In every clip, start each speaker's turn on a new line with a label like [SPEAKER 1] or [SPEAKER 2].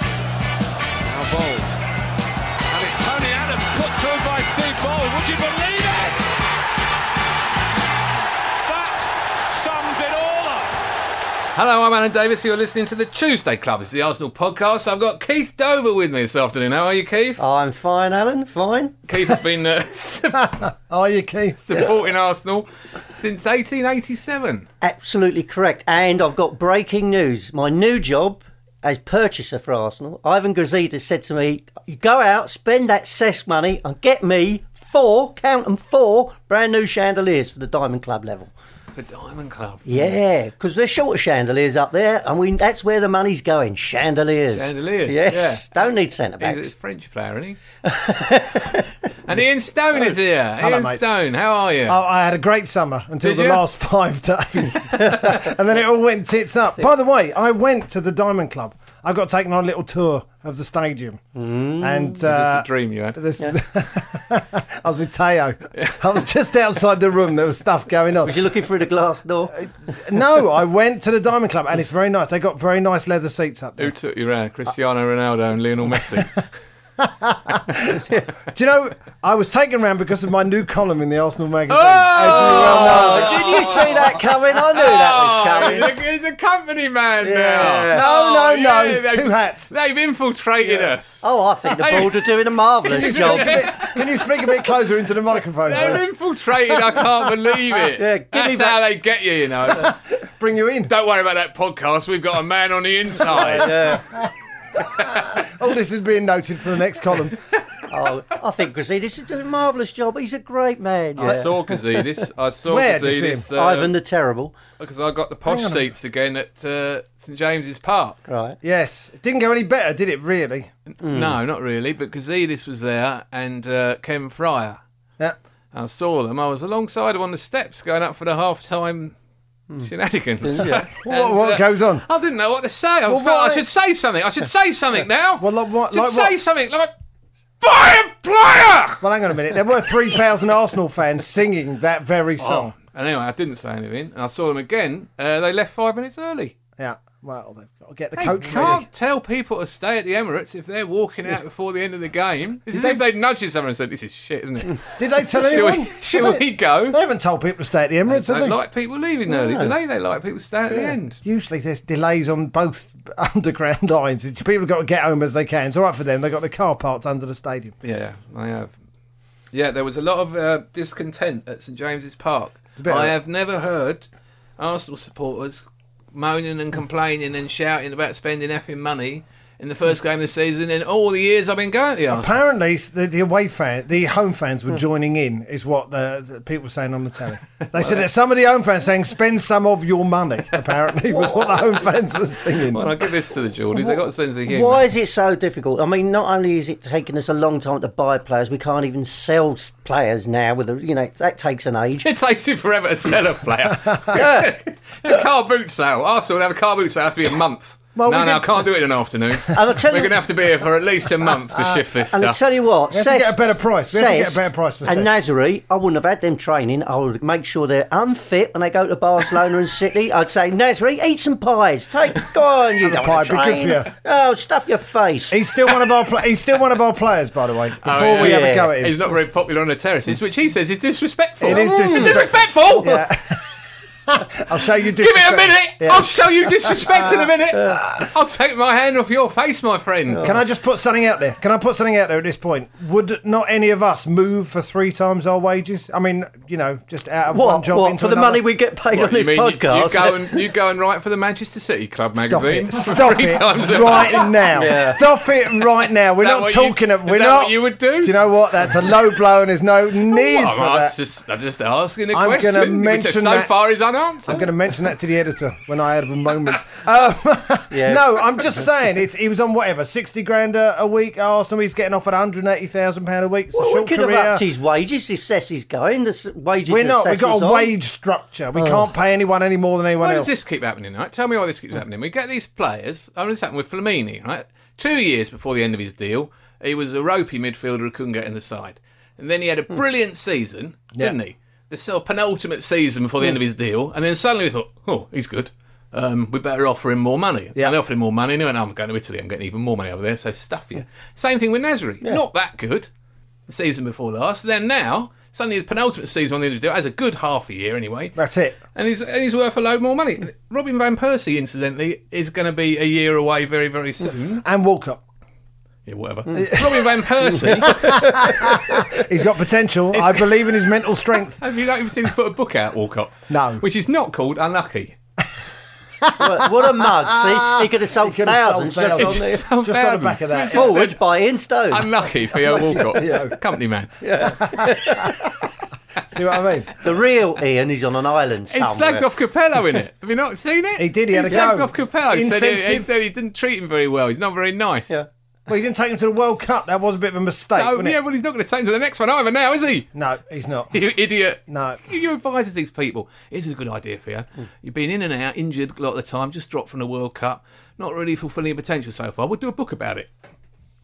[SPEAKER 1] Now Bold. And it's Tony Adams put through by Steve Bold. Would you believe it? That sums it all up.
[SPEAKER 2] Hello, I'm Alan Davis. You're listening to the Tuesday Club. It's the Arsenal podcast. I've got Keith Dover with me this afternoon. How are you, Keith?
[SPEAKER 3] Oh.
[SPEAKER 4] I'm fine, Alan. Fine.
[SPEAKER 2] Keith has been uh, su-
[SPEAKER 4] Are you, Keith?
[SPEAKER 2] supporting Arsenal since 1887.
[SPEAKER 4] Absolutely correct. And I've got breaking news. My new job as purchaser for Arsenal, Ivan Gazidis said to me, "You go out, spend that cess money, and get me four, count 'em, four brand new chandeliers for the Diamond Club level."
[SPEAKER 2] The Diamond Club.
[SPEAKER 4] Yeah, because they're short of chandeliers up there, and we, that's where the money's going. Chandeliers.
[SPEAKER 2] Chandeliers,
[SPEAKER 4] Yes. Don't need centre
[SPEAKER 2] He's
[SPEAKER 4] backs.
[SPEAKER 2] a French player, isn't he? and Ian Stone is here. Ian
[SPEAKER 3] mate.
[SPEAKER 2] Stone, how are you?
[SPEAKER 3] Oh, I had a great summer until
[SPEAKER 2] Did
[SPEAKER 3] the
[SPEAKER 2] you?
[SPEAKER 3] last five days, and then it all went tits up. By the way, I went to the Diamond Club. I got taken on a little tour of the stadium, and uh,
[SPEAKER 2] That's a dream you had.
[SPEAKER 3] this. I was with Teo. I was just outside the room. There was stuff going on.
[SPEAKER 4] Was you looking through the glass door?
[SPEAKER 3] No, I went to the Diamond Club, and it's very nice. They got very nice leather seats up
[SPEAKER 2] Who
[SPEAKER 3] there.
[SPEAKER 2] took you round? Cristiano Ronaldo and Lionel Messi.
[SPEAKER 3] Do you know? I was taken round because of my new column in the Arsenal magazine.
[SPEAKER 2] Oh!
[SPEAKER 4] Did you see that coming? I knew that was
[SPEAKER 2] he's,
[SPEAKER 4] coming.
[SPEAKER 2] a, he's a company man
[SPEAKER 4] Yeah.
[SPEAKER 2] now.
[SPEAKER 3] No, no, no.
[SPEAKER 2] they've-
[SPEAKER 3] Two hats.
[SPEAKER 2] They've infiltrated us.
[SPEAKER 4] Oh, I think the board are doing a marvellous
[SPEAKER 3] Can you
[SPEAKER 4] job.
[SPEAKER 3] speak a bit- Can you speak a bit closer into the microphone?
[SPEAKER 2] They're
[SPEAKER 3] please?
[SPEAKER 2] infiltrated. I can't believe it.
[SPEAKER 4] Yeah, give me
[SPEAKER 2] That's
[SPEAKER 4] that-
[SPEAKER 2] how they get you, you know.
[SPEAKER 3] Bring you in.
[SPEAKER 2] Don't worry about that podcast. We've got a man on the inside.
[SPEAKER 3] All this is being noted for the next column.
[SPEAKER 4] Oh, I think Grazidis is doing a marvellous job. He's a great man.
[SPEAKER 2] I uh,
[SPEAKER 4] Yeah.
[SPEAKER 2] saw Gazidis. I saw
[SPEAKER 3] Where did you see
[SPEAKER 2] Gazidis.
[SPEAKER 4] Ivan the Terrible.
[SPEAKER 2] Because I got the posh seats again at uh, St James's Park.
[SPEAKER 4] Right.
[SPEAKER 3] Yes, it didn't go any better, did it? Really?
[SPEAKER 4] Hmm.
[SPEAKER 2] No, not really. But Gazidis was there and uh, Ken Fryer.
[SPEAKER 3] Yeah.
[SPEAKER 2] I saw them. I was alongside him on the steps going up for the half time shenanigans.
[SPEAKER 4] Hmm. Yeah.
[SPEAKER 3] What,
[SPEAKER 2] uh,
[SPEAKER 3] what goes on?
[SPEAKER 2] I didn't know what to say. I, felt
[SPEAKER 3] what-
[SPEAKER 2] I should say something. I should say something now.
[SPEAKER 3] Well, like what-
[SPEAKER 2] I should
[SPEAKER 3] like
[SPEAKER 2] say
[SPEAKER 3] what?
[SPEAKER 2] something like, "Fire player!"
[SPEAKER 3] Well, hang on a minute. There were 3,000 Arsenal fans singing that very
[SPEAKER 2] Oh.
[SPEAKER 3] song.
[SPEAKER 2] And anyway, I didn't say anything. And I saw them again. Uh, they left five minutes early.
[SPEAKER 3] Yeah. Well, they've got to get the
[SPEAKER 2] They
[SPEAKER 3] coach
[SPEAKER 2] can't
[SPEAKER 3] ready.
[SPEAKER 2] tell people to stay at the Emirates if they're walking out before the end of the game. It's as
[SPEAKER 3] they-
[SPEAKER 2] if they'd nudged someone and said, "This is shit, isn't it?"
[SPEAKER 3] Did they tell
[SPEAKER 2] Shall
[SPEAKER 3] anyone?
[SPEAKER 2] we, shall we go?
[SPEAKER 3] They haven't told people to stay at the Emirates, have
[SPEAKER 2] Don't
[SPEAKER 3] they?
[SPEAKER 2] like people leaving early, do they? They like people staying at the end.
[SPEAKER 3] Usually there's delays on both underground lines. It's- People have got to get home as they can. It's all right for them. They've got the car parked under the stadium.
[SPEAKER 2] Yeah, I have. Yeah, there was a lot of uh, discontent at St James's Park.
[SPEAKER 3] bit
[SPEAKER 2] I
[SPEAKER 3] of-
[SPEAKER 2] have never heard Arsenal supporters moaning and complaining and shouting about spending effing money in the first game of the season in all the years I've been going to the Arsenal.
[SPEAKER 3] Apparently, s- the, the away fan, the home fans were joining in, is what the, the people were saying on the telly. They said that some of the home fans saying, "Spend some of your money." Apparently, was what the home fans were singing.
[SPEAKER 2] Well, I'll give this to the Geordies. They got a sense of humour.
[SPEAKER 4] Why is it so difficult? I mean, not only is it taking us a long time to buy players, we can't even sell s- players now. With a, you know, that takes an age.
[SPEAKER 2] It takes you forever to sell a player. a car boot sale. Arsenal have a car boot sale. Have to be a month.
[SPEAKER 3] Well,
[SPEAKER 2] no,
[SPEAKER 3] we
[SPEAKER 2] no, I
[SPEAKER 3] did-
[SPEAKER 2] can't do it in an afternoon.
[SPEAKER 4] I'll tell
[SPEAKER 2] We're
[SPEAKER 4] you- Uh,
[SPEAKER 2] going to have to be here for at least a month to shift this
[SPEAKER 4] And I
[SPEAKER 2] stuff.
[SPEAKER 4] tell you what,
[SPEAKER 3] have to get
[SPEAKER 4] Cesc-
[SPEAKER 3] a better price. We have to get a
[SPEAKER 4] Cesc
[SPEAKER 3] better price for
[SPEAKER 4] And Nazari, I wouldn't have had them training. I would make sure they're unfit when they go to Barcelona and City. I'd say, Nazari, eat some pies. Take go on, you
[SPEAKER 3] Have a
[SPEAKER 4] don't
[SPEAKER 3] pie,
[SPEAKER 4] wanna
[SPEAKER 3] be good
[SPEAKER 4] train.
[SPEAKER 3] for you.
[SPEAKER 4] Oh, stuff your face.
[SPEAKER 3] He's still one of our. Pl- he's still one of our players, by the way. Before
[SPEAKER 2] yeah.
[SPEAKER 3] we have a
[SPEAKER 4] Yeah.
[SPEAKER 3] go at him,
[SPEAKER 2] He's not very popular on the terraces, which he says is disrespectful.
[SPEAKER 3] It is
[SPEAKER 2] It's
[SPEAKER 3] disrespect-
[SPEAKER 2] disrespectful.
[SPEAKER 3] Yeah. I'll show you.
[SPEAKER 2] Give me a
[SPEAKER 3] disrespect.
[SPEAKER 2] minute. Oh,
[SPEAKER 3] Yeah.
[SPEAKER 2] I'll show you disrespect in a minute. I'll take my hand off your face, my friend.
[SPEAKER 3] Can I just put something out there? Can I put something out there at this point? Would not any of us move for three times our wages? I mean, you know, just out of one
[SPEAKER 4] What?
[SPEAKER 3] job
[SPEAKER 4] What
[SPEAKER 3] into
[SPEAKER 4] for the
[SPEAKER 3] another?
[SPEAKER 4] money we get paid
[SPEAKER 2] What,
[SPEAKER 4] on this
[SPEAKER 2] you, mean you-
[SPEAKER 4] podcast?
[SPEAKER 2] you go and you go and write for the Manchester City Club
[SPEAKER 3] Stop
[SPEAKER 2] magazine.
[SPEAKER 3] it! Stop
[SPEAKER 2] Three
[SPEAKER 3] it
[SPEAKER 2] times a
[SPEAKER 3] right now!
[SPEAKER 4] Yeah.
[SPEAKER 3] Stop it right now! We're
[SPEAKER 2] Is that
[SPEAKER 3] not
[SPEAKER 2] what you-
[SPEAKER 3] talking. of
[SPEAKER 2] is
[SPEAKER 3] we're
[SPEAKER 2] that
[SPEAKER 3] not.
[SPEAKER 2] what you would do? Oh,
[SPEAKER 3] you know what? That's a low blow, and there's no need
[SPEAKER 2] Well,
[SPEAKER 3] for
[SPEAKER 2] I'm,
[SPEAKER 3] that.
[SPEAKER 2] just, I'm just asking a
[SPEAKER 3] I'm gonna
[SPEAKER 2] question, which
[SPEAKER 3] mention
[SPEAKER 2] so
[SPEAKER 3] that-
[SPEAKER 2] far is unanswered.
[SPEAKER 3] I'm going to mention that to the editor when I have a moment. Um,
[SPEAKER 4] Yeah.
[SPEAKER 3] No, I'm just saying it's. He was on whatever sixty grand a, a week. at Arsenal. He's getting offered 180 thousand pound a week. It's a
[SPEAKER 4] well, we
[SPEAKER 3] short
[SPEAKER 4] could
[SPEAKER 3] career.
[SPEAKER 4] have upped his wages if Sessy's going. The s- wages
[SPEAKER 3] We're
[SPEAKER 4] that
[SPEAKER 3] not. We've
[SPEAKER 4] Sessy's
[SPEAKER 3] got a
[SPEAKER 4] on.
[SPEAKER 3] wage structure.
[SPEAKER 4] Oh.
[SPEAKER 3] We can't pay anyone any more than anyone
[SPEAKER 2] Why does
[SPEAKER 3] else.
[SPEAKER 2] this keep happening, right? Tell me why this keeps happening. We get these players. I mean, this happened with Flamini, right? Two years before the end of his deal, he was a ropey midfielder who couldn't get in the side. And then he had a
[SPEAKER 3] Hmm.
[SPEAKER 2] brilliant season, didn't he? The sort of penultimate season before the
[SPEAKER 3] Hmm.
[SPEAKER 2] end of his deal. And then suddenly we thought, oh, he's good. Um, we better offer him more money.
[SPEAKER 3] Yeah.
[SPEAKER 2] And they offered him more money, and he went, "Oh, I'm going to Italy. I'm getting even more money over there, so stuff you. Same thing with Nasri. Not that good the season before last. Then now, suddenly the penultimate season on the end of the deal has a good half a year anyway
[SPEAKER 3] That's it.
[SPEAKER 2] and he's and he's worth a load more money. Robin van Persie, incidentally, is going to be a year away very very soon.
[SPEAKER 3] And Walcott.
[SPEAKER 2] Yeah, whatever.
[SPEAKER 3] Mm.
[SPEAKER 2] Robin van Persie,
[SPEAKER 3] He's got potential. I believe in his mental strength.
[SPEAKER 2] have you not even seen he's put a book out, Walcott?
[SPEAKER 3] No.
[SPEAKER 2] which is not called Unlucky.
[SPEAKER 4] What, what a mug! See, he could have sold
[SPEAKER 3] could have sold
[SPEAKER 4] thousands just
[SPEAKER 3] thousands.
[SPEAKER 4] on there.
[SPEAKER 3] Just on the back of that.
[SPEAKER 4] Forward by in stone.
[SPEAKER 2] Unlucky for your Walcott, company man.
[SPEAKER 3] See what I mean?
[SPEAKER 4] the real Ian is on an island
[SPEAKER 2] He
[SPEAKER 4] somewhere.
[SPEAKER 2] slagged off Capello in it. Have you not seen it?
[SPEAKER 3] He did, he had a
[SPEAKER 2] slagged
[SPEAKER 3] go.
[SPEAKER 2] off Capello. He said he, he
[SPEAKER 3] Insensitive.
[SPEAKER 2] said he didn't treat him very well. He's not very nice.
[SPEAKER 4] Yeah.
[SPEAKER 3] Well, he didn't take him to the World Cup. That was a bit of a mistake,
[SPEAKER 2] So,
[SPEAKER 3] wasn't
[SPEAKER 2] yeah,
[SPEAKER 3] it?
[SPEAKER 2] well, he's not going to take him to the next one either now, is he?
[SPEAKER 3] No, he's not.
[SPEAKER 2] You idiot.
[SPEAKER 3] No.
[SPEAKER 2] You- You advises these people. Here's a good idea for you.
[SPEAKER 4] Hmm.
[SPEAKER 2] You've been in and out, injured a lot of the time, just dropped from the World Cup, not really fulfilling your potential so far. We'll do a book about it.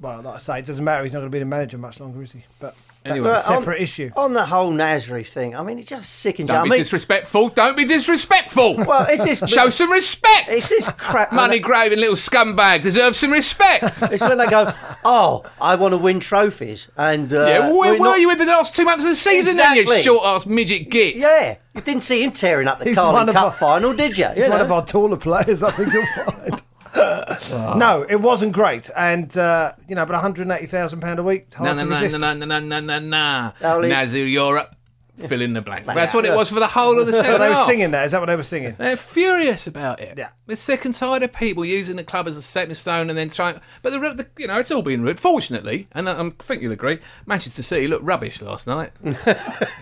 [SPEAKER 3] Well, like I say, it doesn't matter. He's not going to be the manager much longer, is he? But that's
[SPEAKER 2] Anyway. um, oh,
[SPEAKER 3] a
[SPEAKER 4] But on-
[SPEAKER 3] separate issue.
[SPEAKER 4] On the whole Nasri thing, I mean, it just sickens
[SPEAKER 2] Don't
[SPEAKER 4] you. I
[SPEAKER 2] be
[SPEAKER 4] mean,
[SPEAKER 2] disrespectful. Don't be disrespectful.
[SPEAKER 4] well, it's this.
[SPEAKER 2] Show some respect.
[SPEAKER 4] It's this crap.
[SPEAKER 2] Money grabbing little scumbag deserves some respect.
[SPEAKER 4] It's when they go, oh, I want to win trophies, and uh,
[SPEAKER 2] yeah, where
[SPEAKER 4] we're
[SPEAKER 2] were
[SPEAKER 4] not-
[SPEAKER 2] you in the last two months of the season then, you
[SPEAKER 4] Exactly.
[SPEAKER 2] short ass midget git?
[SPEAKER 4] Yeah, you didn't see him tearing up the
[SPEAKER 3] He's
[SPEAKER 4] Carling
[SPEAKER 3] one of
[SPEAKER 4] Cup
[SPEAKER 3] our-
[SPEAKER 4] final, did you?
[SPEAKER 3] He's one of our taller players, I think you'll find. no, it wasn't great. And, uh, you know, but £180,000 a week,
[SPEAKER 2] Na
[SPEAKER 3] hard
[SPEAKER 2] na
[SPEAKER 3] to
[SPEAKER 2] na
[SPEAKER 3] resist.
[SPEAKER 2] na na na na na na.
[SPEAKER 4] Only-
[SPEAKER 2] Nazir Europe. Fill in the blank. That's what it was for the whole of the
[SPEAKER 3] But
[SPEAKER 2] second
[SPEAKER 3] they were
[SPEAKER 2] half.
[SPEAKER 3] singing that. Is that what they were singing?
[SPEAKER 2] They're furious about it.
[SPEAKER 3] Yeah.
[SPEAKER 2] We're sick and tired of people using the club as a stepping stone and then trying. But the, the you know it's all been rude. Fortunately, and I, I think you'll agree, Manchester City looked rubbish last night.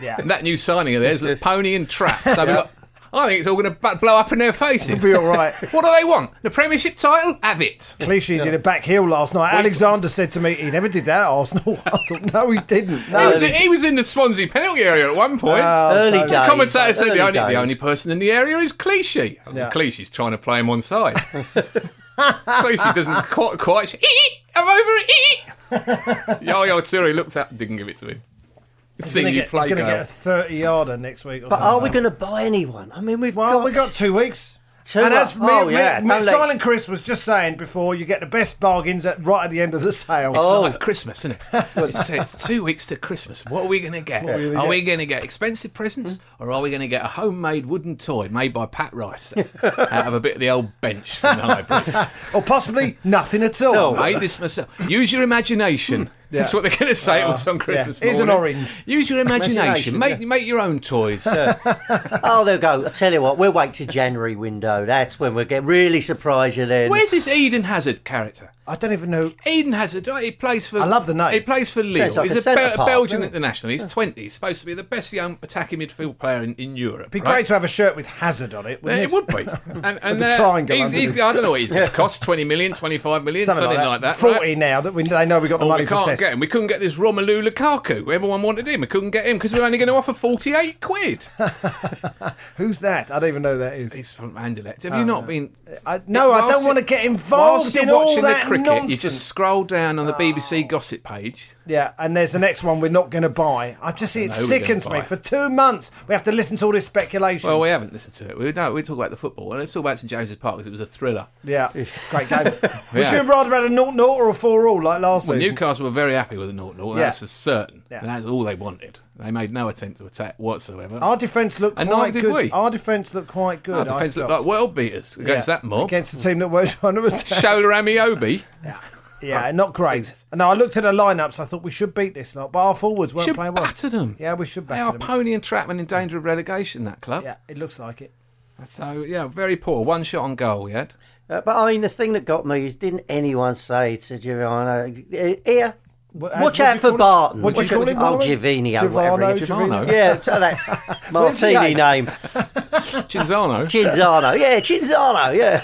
[SPEAKER 3] Yeah.
[SPEAKER 2] And that new signing of theirs looked pony and trap. So we've got, I think it's all going to blow up in their faces.
[SPEAKER 3] Be all right.
[SPEAKER 2] What do they want? The Premiership title? Have it.
[SPEAKER 3] Clichy did a back heel last night. Alexander said to me, he never did that at Arsenal. I thought, no, he didn't.
[SPEAKER 2] He
[SPEAKER 3] No,
[SPEAKER 2] was, he was in the Swansea penalty area at one point.
[SPEAKER 3] Uh,
[SPEAKER 4] early days.
[SPEAKER 2] The commentator said
[SPEAKER 4] early
[SPEAKER 2] the only,
[SPEAKER 4] days.
[SPEAKER 2] the only person in the area is Clichy. And
[SPEAKER 3] Yeah.
[SPEAKER 2] Clichy's trying to play him on side. Clichy doesn't quite, quite "Ee, I'm over it. ee." Yaya Turi looked up, didn't give it to him. It's
[SPEAKER 3] he's
[SPEAKER 2] seen you
[SPEAKER 3] going
[SPEAKER 2] play
[SPEAKER 3] to
[SPEAKER 2] goal.
[SPEAKER 3] get a 30 yarder next week. Or
[SPEAKER 4] But
[SPEAKER 3] something.
[SPEAKER 4] are we going to buy anyone? I mean, we've
[SPEAKER 3] Well,
[SPEAKER 4] got.
[SPEAKER 3] we got two weeks.
[SPEAKER 4] Two
[SPEAKER 3] and
[SPEAKER 4] up-
[SPEAKER 3] as me,
[SPEAKER 4] oh,
[SPEAKER 3] me,
[SPEAKER 4] yeah,
[SPEAKER 3] me-
[SPEAKER 4] don't let-
[SPEAKER 3] Silent Chris was just saying before, you get the best bargains at right at the end of the sale.
[SPEAKER 2] It's
[SPEAKER 4] Oh.
[SPEAKER 2] like Christmas, isn't it? It's, it's two weeks to Christmas. What are we going to get? Are,
[SPEAKER 3] we gonna Hmm?
[SPEAKER 2] we going to get expensive presents, or are we going to get a homemade wooden toy made by Pat Rice out of a bit of the old bench from the library?
[SPEAKER 3] Or possibly nothing at all.
[SPEAKER 2] I made this myself. Use your
[SPEAKER 3] Hmm.
[SPEAKER 2] imagination. That's what they're going to say to us on Christmas
[SPEAKER 3] Ah. Here's an
[SPEAKER 2] morning.
[SPEAKER 3] orange.
[SPEAKER 2] Use your imagination.
[SPEAKER 4] Imagination,
[SPEAKER 2] make make your own toys.
[SPEAKER 4] Oh, there we go. I tell you what, we'll wait to January window. That's when we'll get really surprise you then.
[SPEAKER 2] Where's this Eden Hazard character?
[SPEAKER 3] I don't even know.
[SPEAKER 2] Eden Hazard, right, he plays for.
[SPEAKER 3] I love the name.
[SPEAKER 2] He plays for Lille.
[SPEAKER 4] like
[SPEAKER 2] he's
[SPEAKER 4] a
[SPEAKER 2] a, Bel-
[SPEAKER 4] centre-half,
[SPEAKER 2] Belgian
[SPEAKER 4] doesn't it?
[SPEAKER 2] international. He's twenty. He's supposed to be the best young attacking midfield player in, in Europe.
[SPEAKER 3] It'd be
[SPEAKER 2] right?
[SPEAKER 3] great to have a shirt with Hazard on it.
[SPEAKER 2] Yeah, It
[SPEAKER 3] Wouldn't
[SPEAKER 2] would be. And, and
[SPEAKER 3] the
[SPEAKER 2] uh,
[SPEAKER 3] triangle
[SPEAKER 2] he's-
[SPEAKER 3] under
[SPEAKER 2] he's-
[SPEAKER 3] the-
[SPEAKER 2] I don't know what he's going to cost 20 million, 25 million, something, like that. right?
[SPEAKER 3] 40 now that we, they know we got the
[SPEAKER 2] Well,
[SPEAKER 3] money
[SPEAKER 2] we
[SPEAKER 3] for
[SPEAKER 2] can't
[SPEAKER 3] Cesc.
[SPEAKER 2] get him. We couldn't get this Romelu Lukaku. Everyone wanted him. We couldn't get him because we were only going to offer 48 quid.
[SPEAKER 3] Who's that? I don't even know who that is.
[SPEAKER 2] He's from Anderlecht. Have you not been.
[SPEAKER 3] Oh, I, no, I
[SPEAKER 2] Whilst
[SPEAKER 3] don't
[SPEAKER 2] you-
[SPEAKER 3] want to get
[SPEAKER 2] Whilst
[SPEAKER 3] involved
[SPEAKER 2] you're
[SPEAKER 3] in all
[SPEAKER 2] watching
[SPEAKER 3] that
[SPEAKER 2] the cricket,
[SPEAKER 3] nonsense. Oh.
[SPEAKER 2] you just scroll down on the BBC gossip page.
[SPEAKER 3] Yeah, and there's the next one we're not going to buy. I just it
[SPEAKER 2] know we're
[SPEAKER 3] sickens
[SPEAKER 2] gonna
[SPEAKER 3] me.
[SPEAKER 2] buy.
[SPEAKER 3] For two months, we have to listen to all this speculation.
[SPEAKER 2] Well, Oh, we haven't listened to it. We don't. We talk about the football. And let's talk about St James's Park because it was a thriller.
[SPEAKER 3] yeah, great game. Would
[SPEAKER 2] Yeah.
[SPEAKER 3] you have rather had a 0 0 or a 4 all like last
[SPEAKER 2] Well,
[SPEAKER 3] season?
[SPEAKER 2] Newcastle were very happy with a 0 0.
[SPEAKER 3] Yeah.
[SPEAKER 2] That's for certain.
[SPEAKER 3] Yeah.
[SPEAKER 2] And that's all they wanted. They made no attempt to attack whatsoever.
[SPEAKER 3] Our defence looked
[SPEAKER 2] And
[SPEAKER 3] quite
[SPEAKER 2] neither did
[SPEAKER 3] good.
[SPEAKER 2] we.
[SPEAKER 3] Our defence looked quite good.
[SPEAKER 2] Our
[SPEAKER 3] I
[SPEAKER 2] defence looked
[SPEAKER 3] felt.
[SPEAKER 2] like world beaters against
[SPEAKER 3] Yeah.
[SPEAKER 2] that mob.
[SPEAKER 3] Against the team that were trying to attack.
[SPEAKER 2] Shoulder Amiobi.
[SPEAKER 3] yeah, not great. No, I looked at the lineups. I thought we should beat this lot, but our forwards weren't
[SPEAKER 2] should
[SPEAKER 3] playing well.
[SPEAKER 2] batter them.
[SPEAKER 3] Yeah, we should
[SPEAKER 2] They
[SPEAKER 3] batter
[SPEAKER 2] are
[SPEAKER 3] them.
[SPEAKER 2] pony and trapman in danger of relegation, that club.
[SPEAKER 3] Yeah, it looks like it.
[SPEAKER 2] So, yeah, very poor. One shot on goal we had.
[SPEAKER 4] Uh, but I mean, the thing that got me is, didn't anyone say to Giovanna, "Eh, "Here,
[SPEAKER 3] What-
[SPEAKER 4] watch
[SPEAKER 3] how-
[SPEAKER 4] out
[SPEAKER 3] what'd
[SPEAKER 4] for
[SPEAKER 3] you call-
[SPEAKER 4] Barton"?
[SPEAKER 3] what'd you
[SPEAKER 4] Watch
[SPEAKER 3] call
[SPEAKER 4] out-
[SPEAKER 3] him, by the
[SPEAKER 4] Oh,
[SPEAKER 3] way?
[SPEAKER 4] Giovino, whatever. he-
[SPEAKER 3] Giovanni,
[SPEAKER 2] Giovano.
[SPEAKER 4] Yeah, so that
[SPEAKER 3] Where's the
[SPEAKER 4] martini
[SPEAKER 3] eight?
[SPEAKER 4] name,
[SPEAKER 2] Cinzano.
[SPEAKER 4] Cinzano. Yeah, Cinzano. Yeah,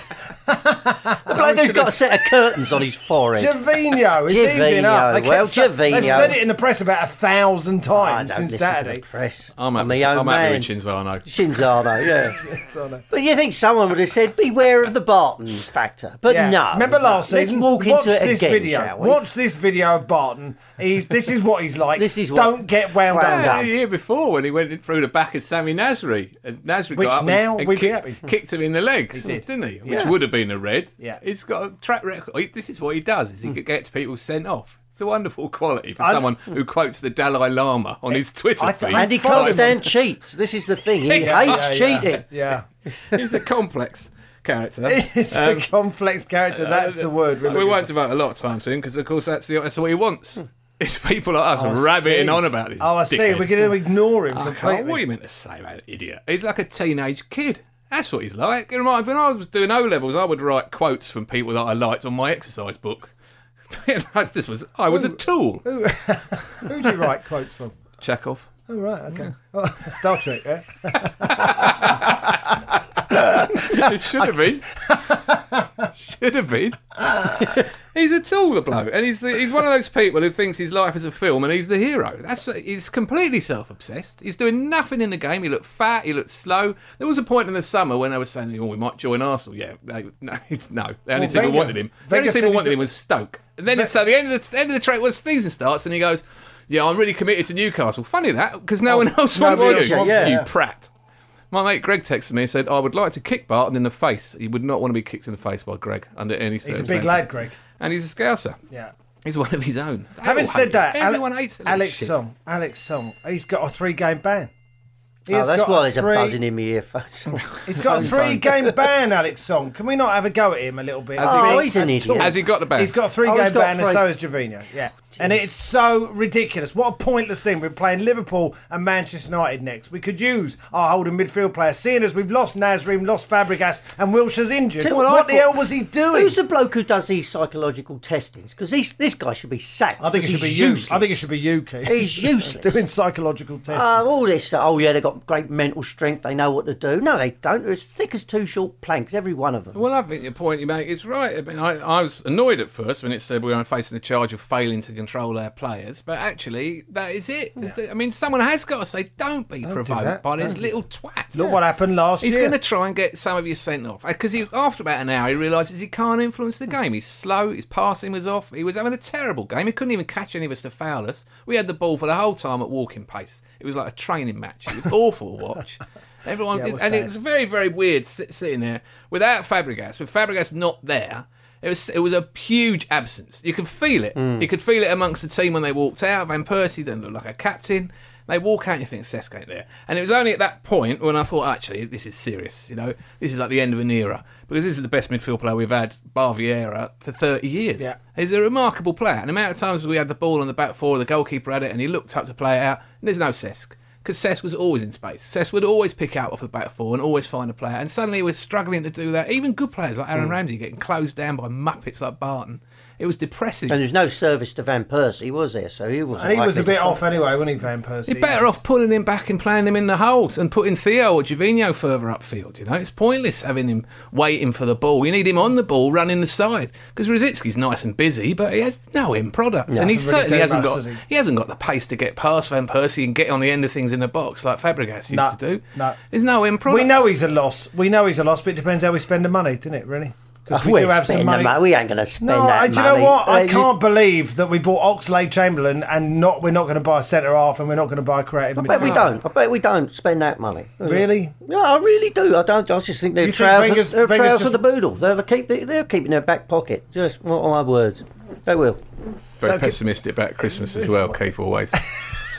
[SPEAKER 4] the bloke who's got a set of curtains on his forehead.
[SPEAKER 3] Gervinho, it's easy
[SPEAKER 4] Gervinho,
[SPEAKER 3] enough. They kept
[SPEAKER 4] well,
[SPEAKER 3] sa- They've
[SPEAKER 4] Gervinho.
[SPEAKER 3] said it in the press about a thousand
[SPEAKER 4] I
[SPEAKER 3] times
[SPEAKER 4] don't
[SPEAKER 3] since
[SPEAKER 4] listen to
[SPEAKER 3] Saturday.
[SPEAKER 4] the press.
[SPEAKER 2] I'm happy,
[SPEAKER 4] my
[SPEAKER 2] with-
[SPEAKER 4] own
[SPEAKER 2] I'm happy
[SPEAKER 4] man.
[SPEAKER 2] with Cinzano.
[SPEAKER 4] Cinzano, yeah.
[SPEAKER 3] So, no.
[SPEAKER 4] but you think someone would have said, beware of the Barton factor. But
[SPEAKER 3] Yeah.
[SPEAKER 4] no.
[SPEAKER 3] Remember last
[SPEAKER 4] Let's
[SPEAKER 3] season?
[SPEAKER 4] walk
[SPEAKER 3] Watch
[SPEAKER 4] into it
[SPEAKER 3] this
[SPEAKER 4] again,
[SPEAKER 3] video.
[SPEAKER 4] shall we?
[SPEAKER 3] Watch this video of Barton. He's this is what he's like.
[SPEAKER 4] This is what-
[SPEAKER 3] Don't get wound
[SPEAKER 4] Wound
[SPEAKER 3] up.
[SPEAKER 4] up.
[SPEAKER 2] Yeah, the year before when he went in through the back of Sammy Nasri, and Nasri
[SPEAKER 3] Which
[SPEAKER 2] got up
[SPEAKER 3] now
[SPEAKER 2] and, and
[SPEAKER 3] we'd be
[SPEAKER 2] kick-
[SPEAKER 3] happy.
[SPEAKER 2] kicked him in the legs, he
[SPEAKER 3] did.
[SPEAKER 2] did. not he? Which
[SPEAKER 3] Yeah.
[SPEAKER 2] would have been a red.
[SPEAKER 3] Yeah. Hmm.
[SPEAKER 2] he's got a track record. he- This is what he does: is he gets people sent off. It's a wonderful quality for
[SPEAKER 3] I- Hmm. Eh,
[SPEAKER 2] someone who quotes the Dalai Lama on his Twitter
[SPEAKER 3] I th-
[SPEAKER 2] feed.
[SPEAKER 4] And he
[SPEAKER 3] Follow
[SPEAKER 4] can't
[SPEAKER 3] him.
[SPEAKER 4] stand cheats. This is the thing. He
[SPEAKER 2] Yeah,
[SPEAKER 4] hates cheating.
[SPEAKER 3] Yeah.
[SPEAKER 2] he's a complex character.
[SPEAKER 3] It's a complex character. That's the word. We're
[SPEAKER 2] uh, we
[SPEAKER 3] looking
[SPEAKER 2] won't
[SPEAKER 3] for. Hmm.
[SPEAKER 2] devote a lot of time to him because, of course, that's the that's what he wants. It's people like us
[SPEAKER 3] I
[SPEAKER 2] rabbiting
[SPEAKER 3] see.
[SPEAKER 2] on about this.
[SPEAKER 3] Oh, I see.
[SPEAKER 2] dickhead. Uh-huh.
[SPEAKER 3] We're going to ignore him
[SPEAKER 2] I
[SPEAKER 3] completely.
[SPEAKER 2] can't, what are you meant to say about an idiot? He's like a teenage kid. That's what he's like. It reminds when I was doing O levels, I would write quotes from people that I liked on my exercise book. this was I was a tool.
[SPEAKER 3] Who do you write quotes from?
[SPEAKER 2] Chekhov.
[SPEAKER 3] Oh, right. Okay. Oh, Star Trek, yeah?
[SPEAKER 2] It should have been. should have been. he's a tool, the bloke, and he's the, he's one of those people who thinks his life is a film and he's the hero. That's he's completely self-obsessed. He's doing nothing in the game. He looked fat. He looked slow. There was a point in the summer when they were saying, "Oh, we might join Arsenal." Yeah, they, no, it's, no. The only team
[SPEAKER 3] Well,
[SPEAKER 2] who
[SPEAKER 3] Wenger-
[SPEAKER 2] wanted him. The
[SPEAKER 3] Wenger
[SPEAKER 2] only team
[SPEAKER 3] said
[SPEAKER 2] who
[SPEAKER 3] he's
[SPEAKER 2] wanted
[SPEAKER 3] the-
[SPEAKER 2] him was Stoke. And then it's, so the end of the end of the track was season starts and he goes, "Yeah, I'm really committed to Newcastle." Funny that because no one else
[SPEAKER 3] Oh, no
[SPEAKER 2] wants
[SPEAKER 3] one
[SPEAKER 2] you.
[SPEAKER 3] else wants
[SPEAKER 4] you,
[SPEAKER 2] you
[SPEAKER 4] yeah.
[SPEAKER 2] prat. My mate Greg texted me and said, I would like to kick Barton in the face. He would not want to be kicked in the face by Greg under any
[SPEAKER 3] He's a
[SPEAKER 2] circumstances.
[SPEAKER 3] big lad, Greg.
[SPEAKER 2] And he's a scouser.
[SPEAKER 3] Yeah.
[SPEAKER 2] He's one of his own. They
[SPEAKER 3] Having
[SPEAKER 2] all hate
[SPEAKER 3] said that,
[SPEAKER 2] him.
[SPEAKER 3] Ale-
[SPEAKER 2] everyone hates that
[SPEAKER 3] Alex
[SPEAKER 2] shit.
[SPEAKER 3] Song. Alex Song. He's got a three-game ban. He
[SPEAKER 4] Oh,
[SPEAKER 3] has
[SPEAKER 4] that's
[SPEAKER 3] got
[SPEAKER 4] why there's a
[SPEAKER 3] three-
[SPEAKER 4] buzzing in my earphones.
[SPEAKER 3] He's got a three-game ban, Alex Song. Can we not have a go at him a little bit?
[SPEAKER 2] Has he
[SPEAKER 3] I
[SPEAKER 2] got-
[SPEAKER 4] oh,
[SPEAKER 3] think
[SPEAKER 4] he's an
[SPEAKER 3] at
[SPEAKER 4] idiot.
[SPEAKER 3] all.
[SPEAKER 2] Has he got the ban?
[SPEAKER 3] He's got a three-game
[SPEAKER 4] Oh, he's got
[SPEAKER 3] ban,
[SPEAKER 4] three.
[SPEAKER 3] and so has Jovino. Yeah, and it's so ridiculous. What a pointless thing. We're playing Liverpool and Manchester United next. We could use our holding midfield player, seeing as we've lost Nasrim, lost Fabregas, and Wilshire's injured.
[SPEAKER 4] Tell you
[SPEAKER 3] What,
[SPEAKER 4] what I
[SPEAKER 3] the
[SPEAKER 4] thought-
[SPEAKER 3] hell was he doing?
[SPEAKER 4] Who's the bloke who does these psychological testings? Because this guy should be sacked.
[SPEAKER 3] I think it
[SPEAKER 4] 'cause
[SPEAKER 3] should be
[SPEAKER 4] he's
[SPEAKER 3] you.
[SPEAKER 4] useless.
[SPEAKER 3] I think it should be you, Keith.
[SPEAKER 4] He's useless.
[SPEAKER 3] doing psychological testing.
[SPEAKER 4] Oh, all this stuff. Oh, yeah, they've got great mental strength. They know what to do. No, they don't. They're as thick as two short planks, every one of them.
[SPEAKER 2] Well, I think the point you make is right. I mean, I, I was annoyed at first when it said we were facing the charge of failing to control our players, but actually, that is it. It's the- I mean, someone has got to say, don't be provoked
[SPEAKER 3] that.
[SPEAKER 2] by this
[SPEAKER 3] Don't.
[SPEAKER 2] little twat.
[SPEAKER 3] Look what happened last
[SPEAKER 2] He's
[SPEAKER 3] year.
[SPEAKER 2] going to try and get some of you sent off because after about an hour he realises he can't influence the game. He's slow. His passing was off. He was having a terrible game. He couldn't even catch any of us to foul us. We had the ball for the whole time at walking pace. It was like a training match. It was awful to watch. Everyone
[SPEAKER 3] Yeah, it was
[SPEAKER 2] and
[SPEAKER 3] bad.
[SPEAKER 2] it was very very weird sit, sitting there without Fabregas. With Fabregas not there. It was, it was a huge absence. You could feel it. You could feel it amongst the team when they walked out. Van Persie didn't look like a captain. They walk out and you think Cesc ain't there. And it was only at that point when I thought, actually, this is serious. You know, this is like the end of an era because this is the best midfield player we've had, bar Vieira, for 30 years.
[SPEAKER 3] Yeah.
[SPEAKER 2] He's a remarkable player. And the amount of times we had the ball on the back four, the goalkeeper had it, and he looked up to play it out, and there's no Cesc. Because Cesc was always in space. Cesc would always pick out off the back four and always find a player. And suddenly we're struggling to do that. Even good players like
[SPEAKER 3] Hmm.
[SPEAKER 2] Aaron Ramsey getting closed down by muppets like Barton. It was depressing.
[SPEAKER 4] And there's no service to Van Persie, was there? So he was.
[SPEAKER 3] And he was a bit off anyway, wasn't he, Van Persie?
[SPEAKER 2] You're better off pulling him back and playing him in the holes and putting Theo or Jovino further upfield. You know, it's pointless having him waiting for the ball. You need him on the ball, running the side because Rosicki's nice and busy, but he has no end product, and he
[SPEAKER 3] Doesn't really
[SPEAKER 2] certainly
[SPEAKER 3] do
[SPEAKER 2] hasn't
[SPEAKER 3] much,
[SPEAKER 2] got
[SPEAKER 3] does he?
[SPEAKER 2] he? hasn't got the pace to get past Van Persie and get on the end of things in the box like Fabregas used
[SPEAKER 3] No,
[SPEAKER 2] to do.
[SPEAKER 3] no.
[SPEAKER 2] there's no end product.
[SPEAKER 3] We know he's a loss. We know he's a loss, but it depends how we spend the money, doesn't it, really?
[SPEAKER 4] Oh,
[SPEAKER 3] Because
[SPEAKER 4] We, we ain't going to spend
[SPEAKER 3] No,
[SPEAKER 4] that
[SPEAKER 3] I,
[SPEAKER 4] money.
[SPEAKER 3] do you know what?
[SPEAKER 4] Uh,
[SPEAKER 3] I
[SPEAKER 4] you-
[SPEAKER 3] can't believe that we bought Oxlade Chamberlain and not we're not going to buy a centre half and we're not going to buy a creative.
[SPEAKER 4] I bet we don't. I bet we don't spend that money.
[SPEAKER 3] Really?
[SPEAKER 4] No, I really do. I don't. I just think they're
[SPEAKER 3] You think
[SPEAKER 4] trousers.
[SPEAKER 3] Wenger's-
[SPEAKER 4] they're
[SPEAKER 3] Wenger's
[SPEAKER 4] trousers
[SPEAKER 3] just-
[SPEAKER 4] the boodle. They'll keep. They'll keep in their back pocket. Just what are my words? They will.
[SPEAKER 2] Very pessimistic about Christmas as well, Keith always.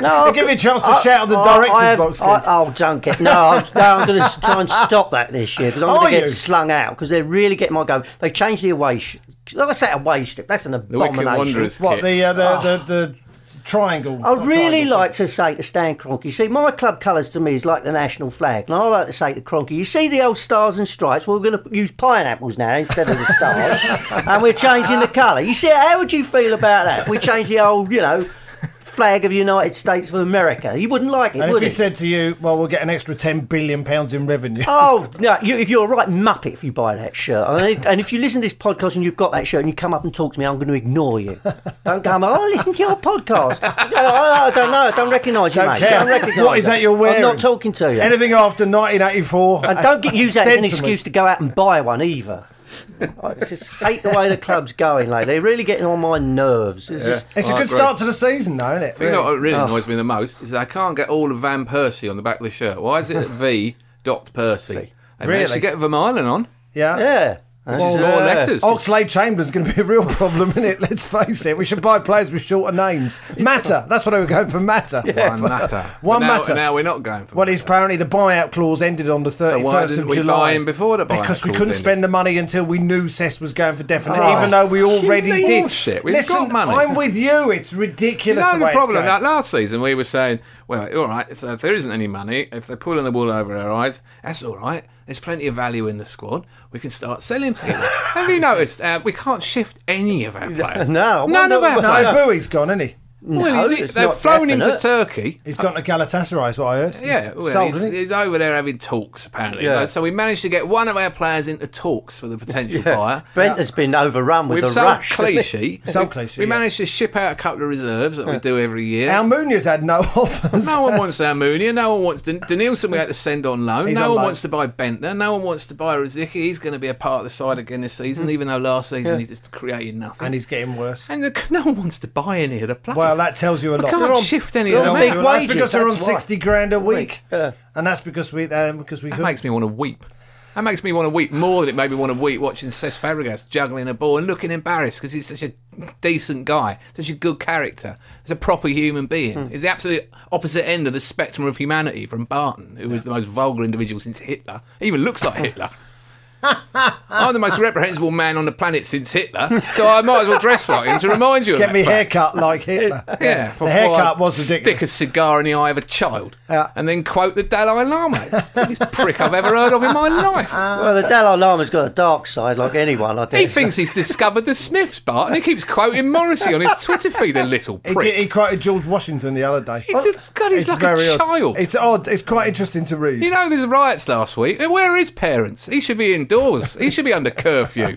[SPEAKER 4] No,
[SPEAKER 3] Give me a chance to shout at the director's
[SPEAKER 4] I,
[SPEAKER 3] box.
[SPEAKER 4] I,
[SPEAKER 3] Keith.
[SPEAKER 4] oh, don't get no. I'm, no, I'm going to try and stop that this year because I'm
[SPEAKER 3] Are
[SPEAKER 4] going to get
[SPEAKER 3] you?
[SPEAKER 4] slung out because they're really getting my go. They changed the away. Sh- what's that away strip? That's an
[SPEAKER 2] The Wicked
[SPEAKER 4] abomination.
[SPEAKER 2] Wanderers.
[SPEAKER 3] what
[SPEAKER 2] kit.
[SPEAKER 3] the, uh, the, the the triangle?
[SPEAKER 4] I'd
[SPEAKER 3] not
[SPEAKER 4] Ah. really
[SPEAKER 3] triangle,
[SPEAKER 4] like to say to Stan Kroenke, you see, my club colours to me is like the national flag, and I like to say to Kroenke, you see the old stars and stripes, well, we're going to use pineapples now instead of the stars, and we're changing the colour. You see, how would you feel about that? if We change the old, you know, flag of the United States of America. You wouldn't like it,
[SPEAKER 3] And if
[SPEAKER 4] would
[SPEAKER 3] he
[SPEAKER 4] you?
[SPEAKER 3] said to you, "Well, we'll get an extra ten billion pounds in revenue,"
[SPEAKER 4] Oh no! You, if you're a right muppet, if you buy that shirt, and if, and if you listen to this podcast and you've got that shirt and you come up and talk to me, I'm going to ignore you. Don't come. I listen to your podcast. I, I don't know. I don't recognise you,
[SPEAKER 3] Don't
[SPEAKER 4] mate.
[SPEAKER 3] care.
[SPEAKER 4] Don't recognise.
[SPEAKER 3] What is that you're
[SPEAKER 4] I'm
[SPEAKER 3] wearing?
[SPEAKER 4] not talking to you.
[SPEAKER 3] anything after 1984,
[SPEAKER 4] and don't get used that as an
[SPEAKER 3] Dead to me.
[SPEAKER 4] excuse to go out and buy one either. I just hate the way the club's going lately. They're really getting on my nerves. It's just-
[SPEAKER 3] It's a
[SPEAKER 2] I
[SPEAKER 3] good
[SPEAKER 2] agree.
[SPEAKER 3] start to the season, though, isn't it?
[SPEAKER 2] You know
[SPEAKER 3] Really?
[SPEAKER 2] what really annoys me the most is that I can't get all of Van Persie on the back of the shirt. Why is it V. Dot Percy? They managed
[SPEAKER 3] Really? Oh,
[SPEAKER 2] to get Van Island on.
[SPEAKER 3] Yeah.
[SPEAKER 4] yeah.
[SPEAKER 2] Well,
[SPEAKER 4] Yeah.
[SPEAKER 2] more letters.
[SPEAKER 3] Oxlade Chamberlain's going to be a real problem, isn't it? Let's face it. We should buy players with shorter names. Matter. That's what they were going for. Matter.
[SPEAKER 2] One matter.
[SPEAKER 3] One
[SPEAKER 2] But now,
[SPEAKER 3] matter.
[SPEAKER 2] Now we're not going for.
[SPEAKER 3] Well,
[SPEAKER 2] matter.
[SPEAKER 3] he's apparently the buyout clause ended on the 31st
[SPEAKER 2] why didn't
[SPEAKER 3] of
[SPEAKER 2] we
[SPEAKER 3] July.
[SPEAKER 2] buy him before the buyout
[SPEAKER 3] Because we
[SPEAKER 2] clause
[SPEAKER 3] couldn't
[SPEAKER 2] ended? Ah,
[SPEAKER 3] spend the money until we knew Cess was going for definite,
[SPEAKER 4] Oh,
[SPEAKER 3] even though we already
[SPEAKER 2] shit,
[SPEAKER 3] did.
[SPEAKER 2] bullshit. We've
[SPEAKER 3] Listen,
[SPEAKER 2] got money.
[SPEAKER 3] I'm with you. It's
[SPEAKER 2] You
[SPEAKER 3] ridiculous.
[SPEAKER 2] know
[SPEAKER 3] the
[SPEAKER 2] the
[SPEAKER 3] way
[SPEAKER 2] problem
[SPEAKER 3] it's
[SPEAKER 2] like
[SPEAKER 3] going.
[SPEAKER 2] last season we were saying, well, all right, so if there isn't any money, if they're pulling the wool over our eyes, that's all right. There's plenty of value in the squad. We can start selling people. Have you noticed? Uh, we can't shift any of our players.
[SPEAKER 4] No, I
[SPEAKER 2] none
[SPEAKER 4] wonder-
[SPEAKER 2] of our
[SPEAKER 4] No,
[SPEAKER 2] players.
[SPEAKER 3] No, Bowie's gone, isn't he?
[SPEAKER 2] Well, he's-
[SPEAKER 4] it's
[SPEAKER 2] they've
[SPEAKER 4] not
[SPEAKER 2] flown him to
[SPEAKER 4] definite.
[SPEAKER 2] Turkey.
[SPEAKER 3] He's gone to Galatasaray, is what I heard.
[SPEAKER 2] Yeah,
[SPEAKER 3] He's
[SPEAKER 2] well,
[SPEAKER 3] sold,
[SPEAKER 2] he's,
[SPEAKER 3] isn't he?
[SPEAKER 2] he's over there having talks apparently.
[SPEAKER 4] Yeah.
[SPEAKER 2] Like, So we managed to get one of our players into talks with a potential buyer.
[SPEAKER 4] Brent has been overrun with
[SPEAKER 2] We've
[SPEAKER 4] the
[SPEAKER 2] sold
[SPEAKER 4] rush.
[SPEAKER 2] Clichy.
[SPEAKER 3] Sold Clichy,
[SPEAKER 2] We
[SPEAKER 3] yeah.
[SPEAKER 2] managed to ship out a couple of reserves that we do every year.
[SPEAKER 3] Almunia's had no offers.
[SPEAKER 2] No one wants Almunia. No one wants Dan- Danielson. We had to send on loan.
[SPEAKER 3] He's
[SPEAKER 2] no
[SPEAKER 3] on
[SPEAKER 2] one
[SPEAKER 3] loan.
[SPEAKER 2] wants to buy Bentner. No one wants to buy Rizicki. He's going to be a part of the side again this season, even though last season he just created nothing.
[SPEAKER 3] Hmm. and
[SPEAKER 2] And,
[SPEAKER 3] he's getting worse.
[SPEAKER 2] the, no one wants to buy any of the players.
[SPEAKER 3] Well, that tells you a
[SPEAKER 2] we
[SPEAKER 3] lot.
[SPEAKER 2] can't
[SPEAKER 3] They're on-
[SPEAKER 2] shift any
[SPEAKER 4] they're
[SPEAKER 2] of them.
[SPEAKER 4] on
[SPEAKER 2] out.
[SPEAKER 4] big
[SPEAKER 3] Well, that's
[SPEAKER 4] wages,
[SPEAKER 3] because they're on
[SPEAKER 4] that's why.
[SPEAKER 3] sixty grand a week,
[SPEAKER 4] Yeah.
[SPEAKER 3] and that's because we um, because we
[SPEAKER 2] That
[SPEAKER 3] couldn't-
[SPEAKER 2] makes me want to weep. That makes me want to weep more than it made me want to weep watching Cesc Fabregas juggling a ball and looking embarrassed because he's such a decent guy, such a good character. He's a proper human being.
[SPEAKER 3] Hmm.
[SPEAKER 2] He's the absolute opposite end of the spectrum of humanity from Barton, who was the most vulgar individual since Hitler. He even looks like Hitler. I'm the most reprehensible man on the planet since Hitler, so I might as well dress like him to remind you of
[SPEAKER 3] get
[SPEAKER 2] that
[SPEAKER 3] me a
[SPEAKER 2] fact.
[SPEAKER 3] haircut like Hitler.
[SPEAKER 2] Yeah,
[SPEAKER 3] the
[SPEAKER 2] before
[SPEAKER 3] haircut
[SPEAKER 2] I
[SPEAKER 3] was
[SPEAKER 2] Stick a
[SPEAKER 3] ridiculous.
[SPEAKER 2] cigar in the eye of a child,
[SPEAKER 3] Yeah.
[SPEAKER 2] and then quote the Dalai Lama. Biggest prick I've ever heard of in my life.
[SPEAKER 4] Well, the Dalai Lama's got a dark side, like anyone. I guess.
[SPEAKER 2] He thinks he's discovered the Smiths, Bart, and he keeps quoting Morrissey on his Twitter feed. A little
[SPEAKER 3] He, did,
[SPEAKER 2] prick.
[SPEAKER 3] he quoted George Washington the other day.
[SPEAKER 2] He's a- God, he's
[SPEAKER 3] It's
[SPEAKER 2] like a
[SPEAKER 3] very odd.
[SPEAKER 2] child.
[SPEAKER 3] It's odd. It's quite interesting to read.
[SPEAKER 2] You know, there's riots last week. Where are his parents? He should be indoors. He should be under curfew.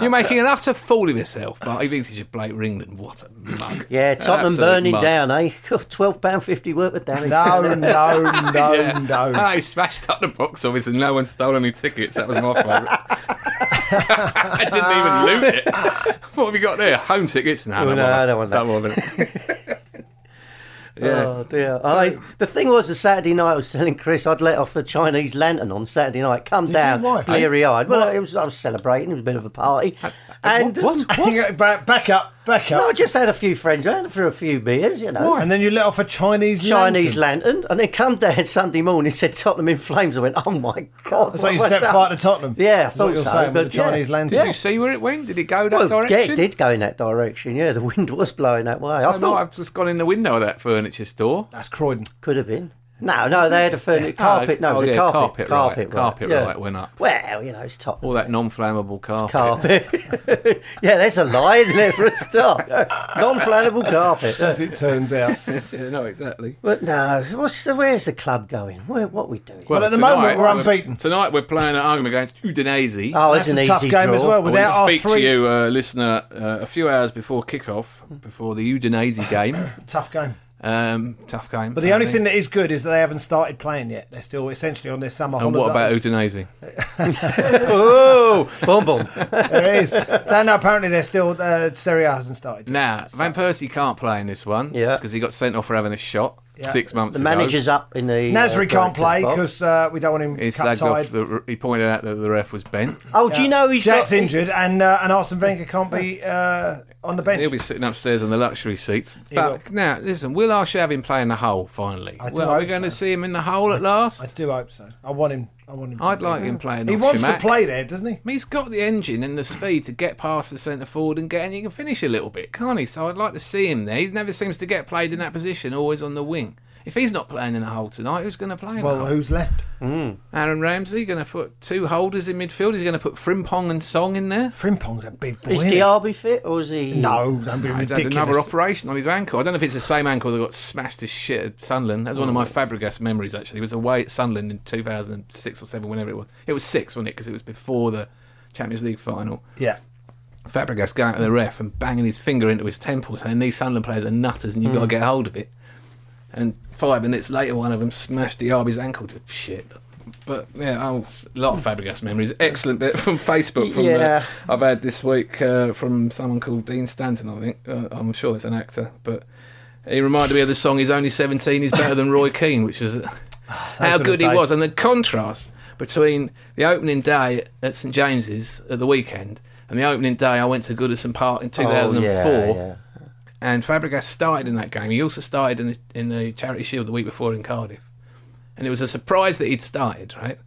[SPEAKER 2] You're making an utter fool of yourself, Bart. He thinks he should play for England. What a mug.
[SPEAKER 4] Yeah,
[SPEAKER 2] An
[SPEAKER 4] Tottenham
[SPEAKER 2] absolute
[SPEAKER 4] burning
[SPEAKER 2] mug.
[SPEAKER 4] down, eh? Twelve pound fifty worth of damage.
[SPEAKER 3] no, no, no,
[SPEAKER 2] Yeah.
[SPEAKER 3] no.
[SPEAKER 2] Ah, he smashed up the box office and no one stole any tickets. That was my favourite. I didn't even loot it. What have you got there? Home tickets? No,
[SPEAKER 4] Oh,
[SPEAKER 2] no,
[SPEAKER 4] no, I don't want that.
[SPEAKER 2] Don't want it.
[SPEAKER 4] Oh dear! I, the thing was, the Saturday night I was telling Chris I'd let off a Chinese lantern on Saturday night. Come down,
[SPEAKER 3] Why?
[SPEAKER 4] bleary-eyed. Well, it was I was celebrating. It was a bit of a party, and
[SPEAKER 2] What?
[SPEAKER 3] Hang
[SPEAKER 2] What?
[SPEAKER 3] it Back, back up, back
[SPEAKER 4] no, I
[SPEAKER 3] up.
[SPEAKER 4] just had a few friends around for a few beers, you know.
[SPEAKER 3] and then you let off a Chinese
[SPEAKER 4] Chinese
[SPEAKER 3] lantern.
[SPEAKER 4] lantern, and then come down Sunday morning, said Tottenham in flames. I went, oh my god!
[SPEAKER 3] That's why you
[SPEAKER 4] what have
[SPEAKER 3] set
[SPEAKER 4] I
[SPEAKER 3] fire to
[SPEAKER 4] done?"
[SPEAKER 3] Tottenham.
[SPEAKER 4] Yeah, I
[SPEAKER 3] Is
[SPEAKER 4] thought
[SPEAKER 3] what you're
[SPEAKER 4] so,
[SPEAKER 3] saying with
[SPEAKER 4] but
[SPEAKER 3] the
[SPEAKER 4] yeah.
[SPEAKER 3] Chinese lantern.
[SPEAKER 2] Did you see where it went? Did it go that
[SPEAKER 4] Well,
[SPEAKER 2] direction?
[SPEAKER 4] yeah, it did go in that direction. Yeah, the wind was blowing that way. I
[SPEAKER 2] I
[SPEAKER 4] thought
[SPEAKER 2] might have just gone in the window of that furniture store.
[SPEAKER 3] That's Croydon.
[SPEAKER 4] could have been. No, no, they had a furnitive carpet. No,
[SPEAKER 2] oh,
[SPEAKER 4] it was
[SPEAKER 2] yeah,
[SPEAKER 4] a carpet,
[SPEAKER 2] carpet, right,
[SPEAKER 4] carpet,
[SPEAKER 2] carpet,
[SPEAKER 4] yeah.
[SPEAKER 2] right, went up.
[SPEAKER 4] Well, you know, it's Tottenham.
[SPEAKER 2] All that non-flammable carpet.
[SPEAKER 4] carpet. yeah, that's a lie, isn't it, for a start? Non-flammable carpet.
[SPEAKER 3] As it turns out.
[SPEAKER 2] Yeah, no, exactly.
[SPEAKER 4] But no, what's the, where's the club going? Where, what we doing?
[SPEAKER 3] Well, at the moment, we're unbeaten.
[SPEAKER 2] Tonight we're playing at home against Udinese.
[SPEAKER 4] oh,
[SPEAKER 3] That's
[SPEAKER 4] it's an
[SPEAKER 3] a
[SPEAKER 4] easy
[SPEAKER 3] tough game
[SPEAKER 4] draw.
[SPEAKER 3] as well.
[SPEAKER 2] I want
[SPEAKER 3] Without
[SPEAKER 2] to
[SPEAKER 3] our
[SPEAKER 2] speak to
[SPEAKER 3] three,
[SPEAKER 2] you, uh, listener, uh, a few hours before kick-off, before the Udinese game.
[SPEAKER 3] tough game.
[SPEAKER 2] Um, tough game.
[SPEAKER 3] But the only thing that is good is that they haven't started playing yet. They're still essentially on their summer
[SPEAKER 2] and
[SPEAKER 3] holiday.
[SPEAKER 2] what about Udinese?
[SPEAKER 4] Oh, boom, boom.
[SPEAKER 3] There is. No, no, apparently they're still uh, Serie A hasn't started. yet.
[SPEAKER 2] Now, Van Persie can't play in this one
[SPEAKER 4] Yeah.
[SPEAKER 2] because he got sent off for having a shot
[SPEAKER 3] Yeah.
[SPEAKER 2] six months
[SPEAKER 4] the
[SPEAKER 2] ago.
[SPEAKER 4] manager's up in the. uh,
[SPEAKER 3] Nasri can't play
[SPEAKER 4] because.
[SPEAKER 3] because uh, we don't want him
[SPEAKER 2] He
[SPEAKER 3] cut
[SPEAKER 2] slagged
[SPEAKER 3] tied.
[SPEAKER 2] off. The, he pointed out that the ref was bent.
[SPEAKER 4] Oh, do you know he's
[SPEAKER 3] uh, Jack's
[SPEAKER 4] got,
[SPEAKER 3] injured, and uh, and Arsene Wenger can't be uh, on the bench.
[SPEAKER 2] He'll be sitting upstairs on the luxury seats.
[SPEAKER 3] will.
[SPEAKER 2] But now, listen, will Arshavin play in the hole finally?
[SPEAKER 3] I do
[SPEAKER 2] well, are we
[SPEAKER 3] hope
[SPEAKER 2] going to
[SPEAKER 3] so.
[SPEAKER 2] see him in the hole at last?
[SPEAKER 3] I do hope so. I want him. I want him. To
[SPEAKER 2] I'd
[SPEAKER 3] be
[SPEAKER 2] like
[SPEAKER 3] there.
[SPEAKER 2] him playing.
[SPEAKER 3] He
[SPEAKER 2] off
[SPEAKER 3] wants to
[SPEAKER 2] Schmack.
[SPEAKER 3] play there, doesn't he?
[SPEAKER 2] I mean, he's got the engine and the speed to get past the centre forward and get and he can finish a little bit, can't he? So I'd like to see him there. He never seems to get played in that position, always on the wing. If he's not playing in the hole tonight, who's going to play? in the
[SPEAKER 3] Well, uh,
[SPEAKER 2] hole?
[SPEAKER 3] who's left?
[SPEAKER 2] Aaron Ramsey going to put two holders in midfield. He's going to put Frimpong and Song in there.
[SPEAKER 3] Frimpong's a big boy.
[SPEAKER 4] Is
[SPEAKER 3] isn't he?
[SPEAKER 4] Diaby fit or is he?
[SPEAKER 3] No, don't be
[SPEAKER 2] He's
[SPEAKER 3] ridiculous.
[SPEAKER 2] had another operation on his ankle. I don't know if it's the same ankle that got smashed to shit at Sunderland. That's one of
[SPEAKER 3] Oh.
[SPEAKER 2] my Fabregas memories. Actually, it was away at Sunderland in 2006 or seven, whenever it was. It was six, wasn't it? Because it was before the Champions League final.
[SPEAKER 3] yeah.
[SPEAKER 2] Fabregas going to the ref and banging his finger into his temple, saying these Sunderland players are nutters and you've got to get hold of it. And five minutes later, one of them smashed Diaby's ankle to shit. But yeah, oh, a lot of Fabregas memories. Excellent bit from Facebook from uh,
[SPEAKER 4] Yeah.
[SPEAKER 2] I've had this week uh, from someone called Dean Stanton. I think uh, I'm sure it's an actor, but he reminded me of the song "He's Only 17, He's Better Than Roy Keane," which is how
[SPEAKER 3] Those were
[SPEAKER 2] good
[SPEAKER 3] the
[SPEAKER 2] he
[SPEAKER 3] days.
[SPEAKER 2] was, and the contrast between the opening day at St James's at the weekend and the opening day I went to Goodison Park
[SPEAKER 3] Oh,
[SPEAKER 2] in 2004.
[SPEAKER 4] Oh,
[SPEAKER 2] And Fabregas started in that game. He also started in the, in the Charity Shield the week before in Cardiff, and it was a surprise that he'd started right,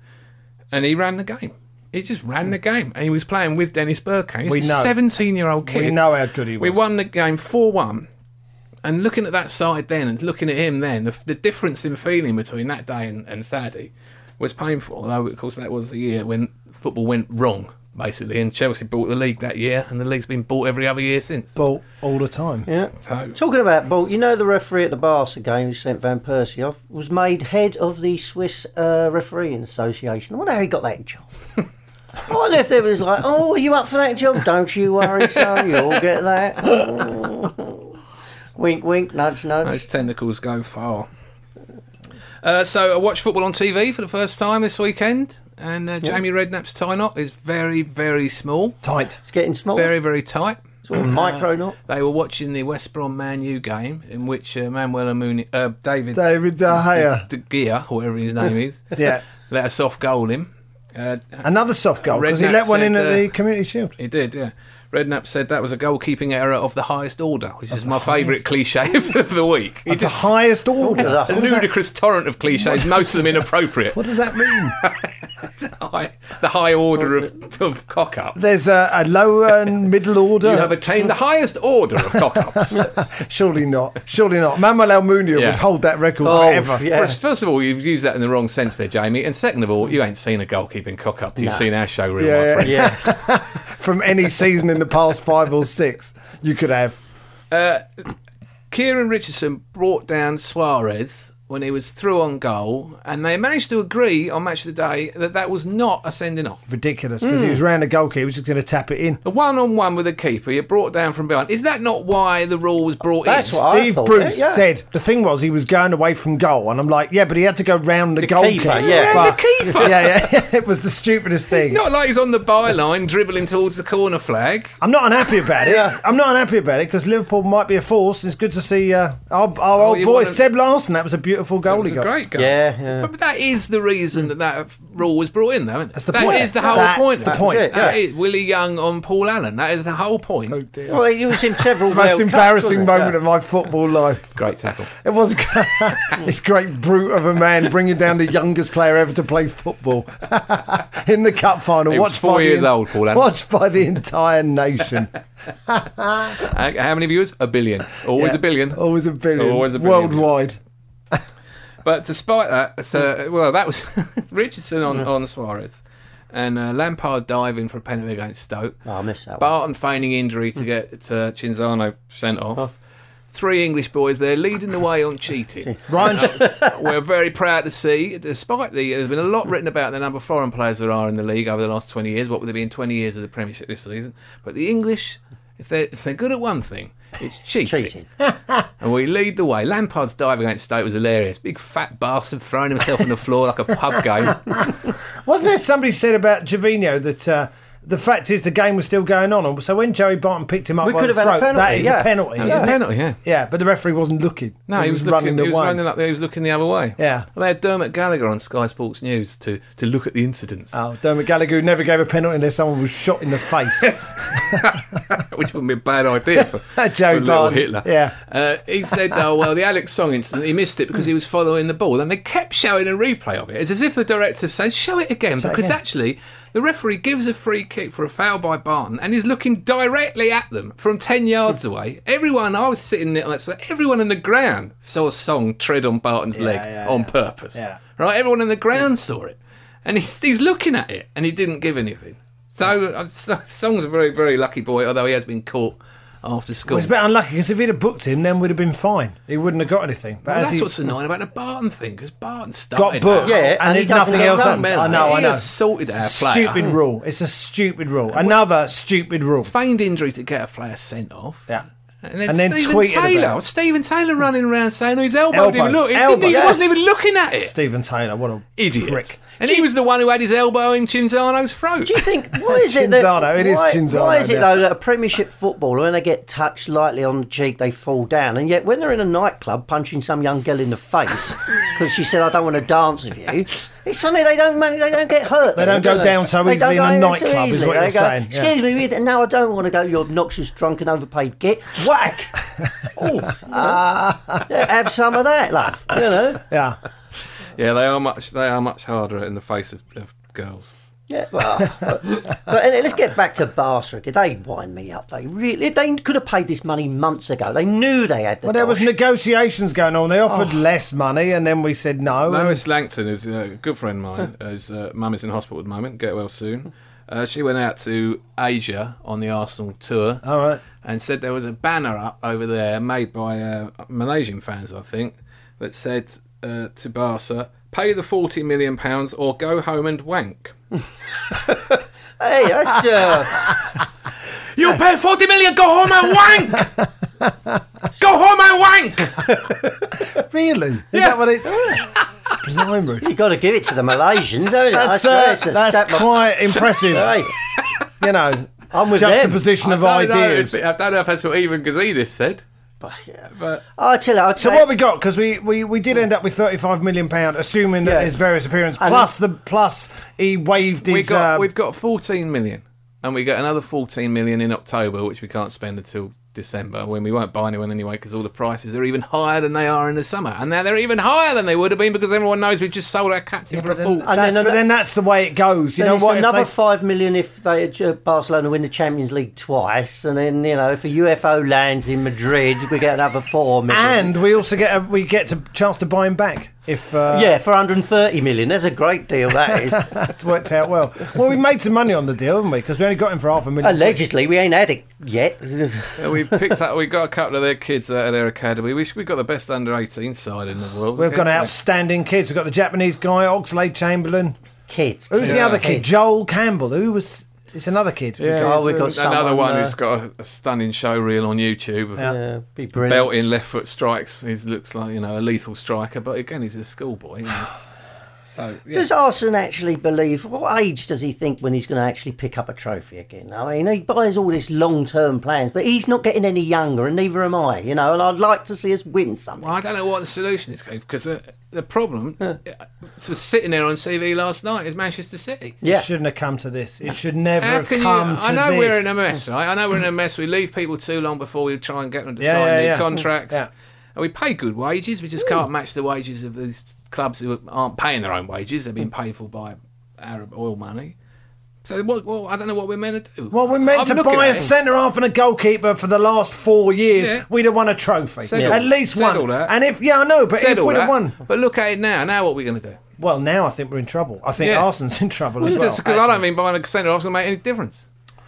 [SPEAKER 2] and he ran the game. He just ran the game, and he was playing with Dennis Burkham. He's
[SPEAKER 3] We know.
[SPEAKER 2] a seventeen-year-old kid.
[SPEAKER 3] We know how good he was.
[SPEAKER 2] We won the game 4 1. And looking at that side then and looking at him then, the, the difference in feeling between that day and, and Saturday was painful. Although, of course, that was the year when football went wrong, basically. And Chelsea bought the league that year, and the league's been bought every other year since.
[SPEAKER 3] Ball all the time.
[SPEAKER 4] Yeah.
[SPEAKER 2] So,
[SPEAKER 4] Talking about ball, you know the referee at the Barca game who sent Van Persie off was made head of the Swiss uh, Refereeing Association. I wonder how he got that job. I wonder if there was like, oh, are you up for that job? Don't you worry, son, you'll get that. wink, wink,
[SPEAKER 2] those
[SPEAKER 4] nudge, nudge.
[SPEAKER 2] tentacles go far. Uh, so, I watched football on TV for the first time this weekend, and uh, Jamie Redknapp's tie knot is very, very small,
[SPEAKER 3] Tight.
[SPEAKER 4] It's getting small.
[SPEAKER 2] very, very tight.
[SPEAKER 4] sort of micro knot.
[SPEAKER 2] They were watching the West Brom Man U game in which uh, Manuel Amuni, uh, David
[SPEAKER 3] David
[SPEAKER 2] De,
[SPEAKER 3] De Gea.
[SPEAKER 2] De Gea, whatever his name is,
[SPEAKER 3] Yeah.
[SPEAKER 2] let a soft goal him. Uh,
[SPEAKER 3] Another soft goal because he
[SPEAKER 2] Redknapp
[SPEAKER 3] let one in
[SPEAKER 2] said,
[SPEAKER 3] at
[SPEAKER 2] uh,
[SPEAKER 3] the Community Shield.
[SPEAKER 2] he did, yeah. Redknapp said that was a goalkeeping error of the highest order, which is my favourite cliche of the week. He
[SPEAKER 3] It's the highest order.
[SPEAKER 4] the-
[SPEAKER 2] a
[SPEAKER 3] What does that-
[SPEAKER 2] ludicrous torrent of cliches, most of them inappropriate.
[SPEAKER 3] What does that mean?
[SPEAKER 2] High- the high order of, of cock up.
[SPEAKER 3] There's a, a lower and middle order.
[SPEAKER 2] You have attained the highest order of cock ups.
[SPEAKER 3] Surely not. Surely not. Manuel Almunia
[SPEAKER 2] Yeah.
[SPEAKER 3] would hold that record
[SPEAKER 4] Oh,
[SPEAKER 3] forever.
[SPEAKER 4] yeah.
[SPEAKER 2] First, first of all, you've used that in the wrong sense there, Jamie. And second of all, you ain't seen a goalkeeping cock up till you've seen our showroom,
[SPEAKER 3] Yeah,
[SPEAKER 2] my
[SPEAKER 3] yeah.
[SPEAKER 2] friend.
[SPEAKER 4] Yeah.
[SPEAKER 3] From any season in the past five or six, you could have.
[SPEAKER 2] Kieran Richardson brought down Suarez when he was through on goal, and they managed to agree on match of the day that that was not a sending off.
[SPEAKER 3] Ridiculous because
[SPEAKER 4] Hmm.
[SPEAKER 3] he was round the goalkeeper, he was just going to tap it in.
[SPEAKER 2] A one on one with a keeper, you're brought down from behind. Is that not why the rule was brought
[SPEAKER 4] That's
[SPEAKER 2] in?
[SPEAKER 4] what I
[SPEAKER 3] Steve
[SPEAKER 4] thought,
[SPEAKER 3] Bruce
[SPEAKER 4] yeah.
[SPEAKER 3] said the thing was he was going away from goal, and I'm like, yeah, but he had to go round the,
[SPEAKER 4] keeper,
[SPEAKER 3] goalkeeper.
[SPEAKER 4] yeah.
[SPEAKER 3] but,
[SPEAKER 4] Round
[SPEAKER 2] the keeper.
[SPEAKER 3] yeah, yeah. It was the stupidest
[SPEAKER 2] It's
[SPEAKER 3] thing.
[SPEAKER 2] not like he's on the byline dribbling towards the corner flag.
[SPEAKER 3] I'm not unhappy about it. I'm not unhappy about it because Liverpool might be a force. It's good to see uh, our,
[SPEAKER 4] Oh,
[SPEAKER 3] our old
[SPEAKER 2] you
[SPEAKER 3] boy
[SPEAKER 2] wanna-
[SPEAKER 3] Seb Larson. That was a beautiful goal
[SPEAKER 2] It was
[SPEAKER 3] he
[SPEAKER 2] a
[SPEAKER 3] got.
[SPEAKER 2] great goal.
[SPEAKER 4] Yeah, yeah.
[SPEAKER 2] But that is the reason that that rule was brought in, though. Isn't it?
[SPEAKER 3] That's the
[SPEAKER 2] That
[SPEAKER 3] point.
[SPEAKER 2] is the whole
[SPEAKER 3] That's
[SPEAKER 2] point.
[SPEAKER 3] the point.
[SPEAKER 4] That's it,
[SPEAKER 2] That
[SPEAKER 4] yeah.
[SPEAKER 2] is Willie Young on Paul Allen. That is the whole point.
[SPEAKER 3] Oh, dear.
[SPEAKER 4] Well, he was in several.
[SPEAKER 3] the most
[SPEAKER 4] World Cups,
[SPEAKER 3] embarrassing
[SPEAKER 4] wasn't it?
[SPEAKER 3] moment of my football life.
[SPEAKER 2] Great tackle.
[SPEAKER 3] It was this great brute of a man bringing down the youngest player ever to play football in the cup final.
[SPEAKER 2] He was
[SPEAKER 3] watched
[SPEAKER 2] four
[SPEAKER 3] by the
[SPEAKER 2] years
[SPEAKER 3] en-
[SPEAKER 2] old, Paul Allen.
[SPEAKER 3] Watched by the entire nation.
[SPEAKER 2] Uh, How many viewers? A billion. Always
[SPEAKER 3] Yeah. Oh.
[SPEAKER 2] a billion.
[SPEAKER 3] Always a billion.
[SPEAKER 2] Always a billion, yeah.
[SPEAKER 3] Worldwide.
[SPEAKER 2] But despite that, so, well, that was Richardson on, on Suarez and uh, Lampard diving for a penalty against Stoke.
[SPEAKER 4] Oh, I missed that one.
[SPEAKER 2] Barton feigning injury to get uh, Cinzano sent off. Three English boys there leading the way on cheating.
[SPEAKER 3] Ryan,
[SPEAKER 2] We're very proud to see, despite the, there's been a lot written about the number of foreign players there are in the league over the last 20 years. What would there be in 20 years of the Premiership this season? But the English, if they're, if they're good at one thing, it's
[SPEAKER 4] Cheating.
[SPEAKER 2] and we lead the way. Lampard's dive against Stoke was hilarious. Big fat bastard throwing himself on the floor like a pub game.
[SPEAKER 3] wasn't there somebody said about Javino that uh, the fact is the game was still going on, and so when Joey Barton picked him up
[SPEAKER 4] We
[SPEAKER 3] by
[SPEAKER 4] could
[SPEAKER 3] the
[SPEAKER 4] have had a
[SPEAKER 3] throat, that
[SPEAKER 4] penalty,
[SPEAKER 3] is
[SPEAKER 4] yeah.
[SPEAKER 3] a penalty.
[SPEAKER 2] That was a
[SPEAKER 3] isn't it?
[SPEAKER 2] penalty, yeah.
[SPEAKER 3] Yeah, but the referee wasn't looking.
[SPEAKER 2] No, he was, looking.
[SPEAKER 3] running
[SPEAKER 2] He was
[SPEAKER 3] away.
[SPEAKER 2] running up there. He was looking the other way.
[SPEAKER 3] Yeah.
[SPEAKER 2] Well, they had Dermot Gallagher on Sky Sports News to, to look at the incidents.
[SPEAKER 3] Oh, Dermot Gallagher who never gave a penalty unless someone was shot in the face.
[SPEAKER 2] That which wouldn't be a bad idea for,
[SPEAKER 3] Joe
[SPEAKER 2] for little
[SPEAKER 3] Biden,
[SPEAKER 2] Hitler.
[SPEAKER 3] yeah.
[SPEAKER 2] Uh, he said, "Oh well, the Alex Song incident, he missed it because he was following the ball, and they kept showing a replay of it. It's as if the director saying, show it again, because actually." The referee gives a free kick for a foul by Barton and he's looking directly at them from 10 yards away. Everyone, I was sitting there on that side, everyone in the ground saw Song tread on Barton's leg
[SPEAKER 3] yeah,
[SPEAKER 2] on
[SPEAKER 3] yeah.
[SPEAKER 2] purpose.
[SPEAKER 3] Yeah.
[SPEAKER 2] Right? Everyone in the ground saw it. And he's, he's looking at it and he didn't give anything. So, uh, so- Song's a very, very lucky boy, although he has been caught after school.
[SPEAKER 3] It's a bit unlucky because if he'd have booked him, then we'd have been fine. He wouldn't have got anything. But
[SPEAKER 2] Well,
[SPEAKER 3] as
[SPEAKER 2] that's
[SPEAKER 3] he
[SPEAKER 2] what's annoying about the Barton thing, because Barton
[SPEAKER 3] got
[SPEAKER 2] started
[SPEAKER 3] booked,
[SPEAKER 2] out.
[SPEAKER 4] Yeah,
[SPEAKER 3] and,
[SPEAKER 4] and he
[SPEAKER 3] he
[SPEAKER 4] doesn't
[SPEAKER 3] nothing
[SPEAKER 4] get
[SPEAKER 3] else.
[SPEAKER 4] run,
[SPEAKER 3] happened. I know,
[SPEAKER 2] he
[SPEAKER 3] I know.
[SPEAKER 2] assaulted our player.
[SPEAKER 3] Stupid rule. It's a stupid rule. Another stupid rule.
[SPEAKER 2] Feigned injury to get a player sent off.
[SPEAKER 3] Yeah.
[SPEAKER 2] And then,
[SPEAKER 3] And then
[SPEAKER 2] Stephen
[SPEAKER 3] tweeted about
[SPEAKER 2] Taylor,
[SPEAKER 3] it.
[SPEAKER 2] Stephen Taylor running around saying oh, he's elbowed
[SPEAKER 3] Elbow,
[SPEAKER 2] him. Look, he,
[SPEAKER 3] elbow,
[SPEAKER 2] didn't, he
[SPEAKER 3] yeah.
[SPEAKER 2] wasn't even looking at it.
[SPEAKER 3] Stephen Taylor, what a
[SPEAKER 2] Idiot.
[SPEAKER 3] prick.
[SPEAKER 2] And he was the one who had his elbow in Chinzano's throat.
[SPEAKER 4] Do you think why is it that
[SPEAKER 3] Chinzano, it is
[SPEAKER 4] why,
[SPEAKER 3] Chinzano,
[SPEAKER 4] why is it
[SPEAKER 3] yeah.
[SPEAKER 4] though that a Premiership footballer when they get touched lightly on the cheek they fall down, and yet when they're in a nightclub punching some young girl in the face because she said I don't want to dance with you, it's funny they don't man- they don't get hurt. They
[SPEAKER 3] don't go down so
[SPEAKER 4] They
[SPEAKER 3] easily
[SPEAKER 4] don't
[SPEAKER 3] in a
[SPEAKER 4] go down so
[SPEAKER 3] nightclub, is
[SPEAKER 4] easily.
[SPEAKER 3] what you're
[SPEAKER 4] They go,
[SPEAKER 3] saying, yeah.
[SPEAKER 4] Excuse me, we- no, I don't want to go. You obnoxious, drunk, and overpaid git. Whack. oh, yeah, have some of that, love. You know.
[SPEAKER 3] Yeah.
[SPEAKER 2] Yeah, they are much. They are much harder in the face of, of girls.
[SPEAKER 4] Yeah, well, but, but anyway, let's get back to Barca. They wind me up. They really, they could have paid this money months ago. They knew they had the.
[SPEAKER 3] Well, there was
[SPEAKER 4] dosh.
[SPEAKER 3] negotiations going on. They
[SPEAKER 4] Oh.
[SPEAKER 3] offered less money, and then we said no. and-
[SPEAKER 2] Lois Langton is you know, a good friend of mine. whose uh, mum is in hospital at the moment. Get well soon. Uh, she went out to Asia on the Arsenal tour.
[SPEAKER 3] All right.
[SPEAKER 2] And said there was a banner up over there made by uh, Malaysian fans, I think, that said uh, to Barca, "Pay the forty million pounds or go home and wank."
[SPEAKER 4] Hey, that's uh,
[SPEAKER 2] You pay forty million, go home and wank. go home and wank.
[SPEAKER 3] Really? Is that what it? Blimey.
[SPEAKER 4] you got to give it to the Malaysians, haven't you? I
[SPEAKER 3] That's,
[SPEAKER 4] swear
[SPEAKER 3] uh,
[SPEAKER 4] it's a
[SPEAKER 3] that's
[SPEAKER 4] step-
[SPEAKER 3] quite impressive.
[SPEAKER 4] Hey,
[SPEAKER 3] You know,
[SPEAKER 4] I'm with them.
[SPEAKER 3] juxtaposition of
[SPEAKER 2] I don't know
[SPEAKER 3] ideas.
[SPEAKER 2] if- I don't know if that's what even Gazidis said.
[SPEAKER 4] I tell you, I'd
[SPEAKER 3] So
[SPEAKER 4] say-
[SPEAKER 3] what we got? Because we, we, we did end up with thirty five million pound, assuming
[SPEAKER 4] Yeah.
[SPEAKER 3] that his various appearance
[SPEAKER 4] And-
[SPEAKER 3] plus the plus he waived his.
[SPEAKER 2] we got,
[SPEAKER 3] uh,
[SPEAKER 4] um,
[SPEAKER 2] we've got 14 million, and we got another 14 million in October, which we can't spend until December when we won't buy anyone anyway because all the prices are even higher than they are in the summer, and now they're even higher than they would have been because everyone knows we just sold our captain for a fault.
[SPEAKER 4] I-
[SPEAKER 3] that's-
[SPEAKER 4] no, no,
[SPEAKER 3] but
[SPEAKER 4] no.
[SPEAKER 3] then that's the way it goes. You
[SPEAKER 4] then
[SPEAKER 3] know
[SPEAKER 4] it's
[SPEAKER 3] what? If
[SPEAKER 4] another
[SPEAKER 3] they-
[SPEAKER 4] five million if they uh, Barcelona win the Champions League twice, and then you know if a UFO lands in Madrid, we get another four million.
[SPEAKER 3] and we also get a, we get a chance to buy him back if uh,
[SPEAKER 4] yeah, for 130 million, that's a great deal. That is.
[SPEAKER 3] it's worked out well. Well, we made some money on the deal, haven't we? Because we only got him for half a million.
[SPEAKER 4] Allegedly, we ain't had it yet.
[SPEAKER 2] Uh, we picked up, we got a couple of their kids out of their academy. We we got the best under 18 side in the world.
[SPEAKER 3] We've got
[SPEAKER 2] Yeah.
[SPEAKER 3] outstanding kids. We've got the Japanese guy, Oxlade Chamberlain.
[SPEAKER 4] Kids.
[SPEAKER 3] Who's the
[SPEAKER 2] Yeah.
[SPEAKER 3] other kid? Joel Campbell. Who was? It's another kid.
[SPEAKER 2] Yeah,
[SPEAKER 4] Oh,
[SPEAKER 2] it's
[SPEAKER 4] we've
[SPEAKER 2] a-
[SPEAKER 4] got
[SPEAKER 2] another
[SPEAKER 4] someone,
[SPEAKER 2] one
[SPEAKER 4] uh,
[SPEAKER 2] who's got a, a stunning showreel on YouTube. Of
[SPEAKER 4] Yeah, be brilliant.
[SPEAKER 2] Belting left foot strikes. He looks like you know a lethal striker, but again he's a schoolboy. you know. So yeah.
[SPEAKER 4] Does Arsene actually believe? What age does he think when he's going to actually pick up a trophy again? I mean, he buys all this long-term plans, but he's not getting any younger, and neither am I. You know, and I'd like to see us win something.
[SPEAKER 2] Well, I don't know what the solution is, Cave, because uh, the problem uh, was sitting there on CV last night is Manchester City.
[SPEAKER 4] Yeah.
[SPEAKER 3] It shouldn't have come to this. It should never
[SPEAKER 2] How
[SPEAKER 3] have
[SPEAKER 2] can you?
[SPEAKER 3] come to
[SPEAKER 2] I know
[SPEAKER 3] this.
[SPEAKER 2] we're in a mess, right? I know we're in a mess. We leave people too long before we try and get them to
[SPEAKER 3] Yeah,
[SPEAKER 2] sign
[SPEAKER 3] yeah,
[SPEAKER 2] new
[SPEAKER 3] yeah.
[SPEAKER 2] contracts.
[SPEAKER 3] Yeah.
[SPEAKER 2] And we pay good wages. We just can't match the wages of these clubs who aren't paying their own wages. They're being paid for by Arab oil money. So what? Well, I don't know what we're meant to do.
[SPEAKER 3] Well, we're meant
[SPEAKER 2] I'm
[SPEAKER 3] to
[SPEAKER 2] looking
[SPEAKER 3] buy
[SPEAKER 2] at
[SPEAKER 3] a
[SPEAKER 2] it.
[SPEAKER 3] centre half and a goalkeeper for the last four years.
[SPEAKER 2] Yeah.
[SPEAKER 3] We'd have won a trophy,
[SPEAKER 2] Said all-
[SPEAKER 3] at least
[SPEAKER 2] said
[SPEAKER 3] one.
[SPEAKER 2] all that.
[SPEAKER 3] And if yeah, I know, but
[SPEAKER 2] Said
[SPEAKER 3] if
[SPEAKER 2] all
[SPEAKER 3] we'd
[SPEAKER 2] that,
[SPEAKER 3] have won,
[SPEAKER 2] But look at it now. Now what are we going to do?
[SPEAKER 3] well, now I think we're in trouble. I think
[SPEAKER 2] Yeah.
[SPEAKER 3] Arsenal's in trouble as well.
[SPEAKER 2] Just because I don't
[SPEAKER 3] actually.
[SPEAKER 2] mean buying a centre half's going to make any difference.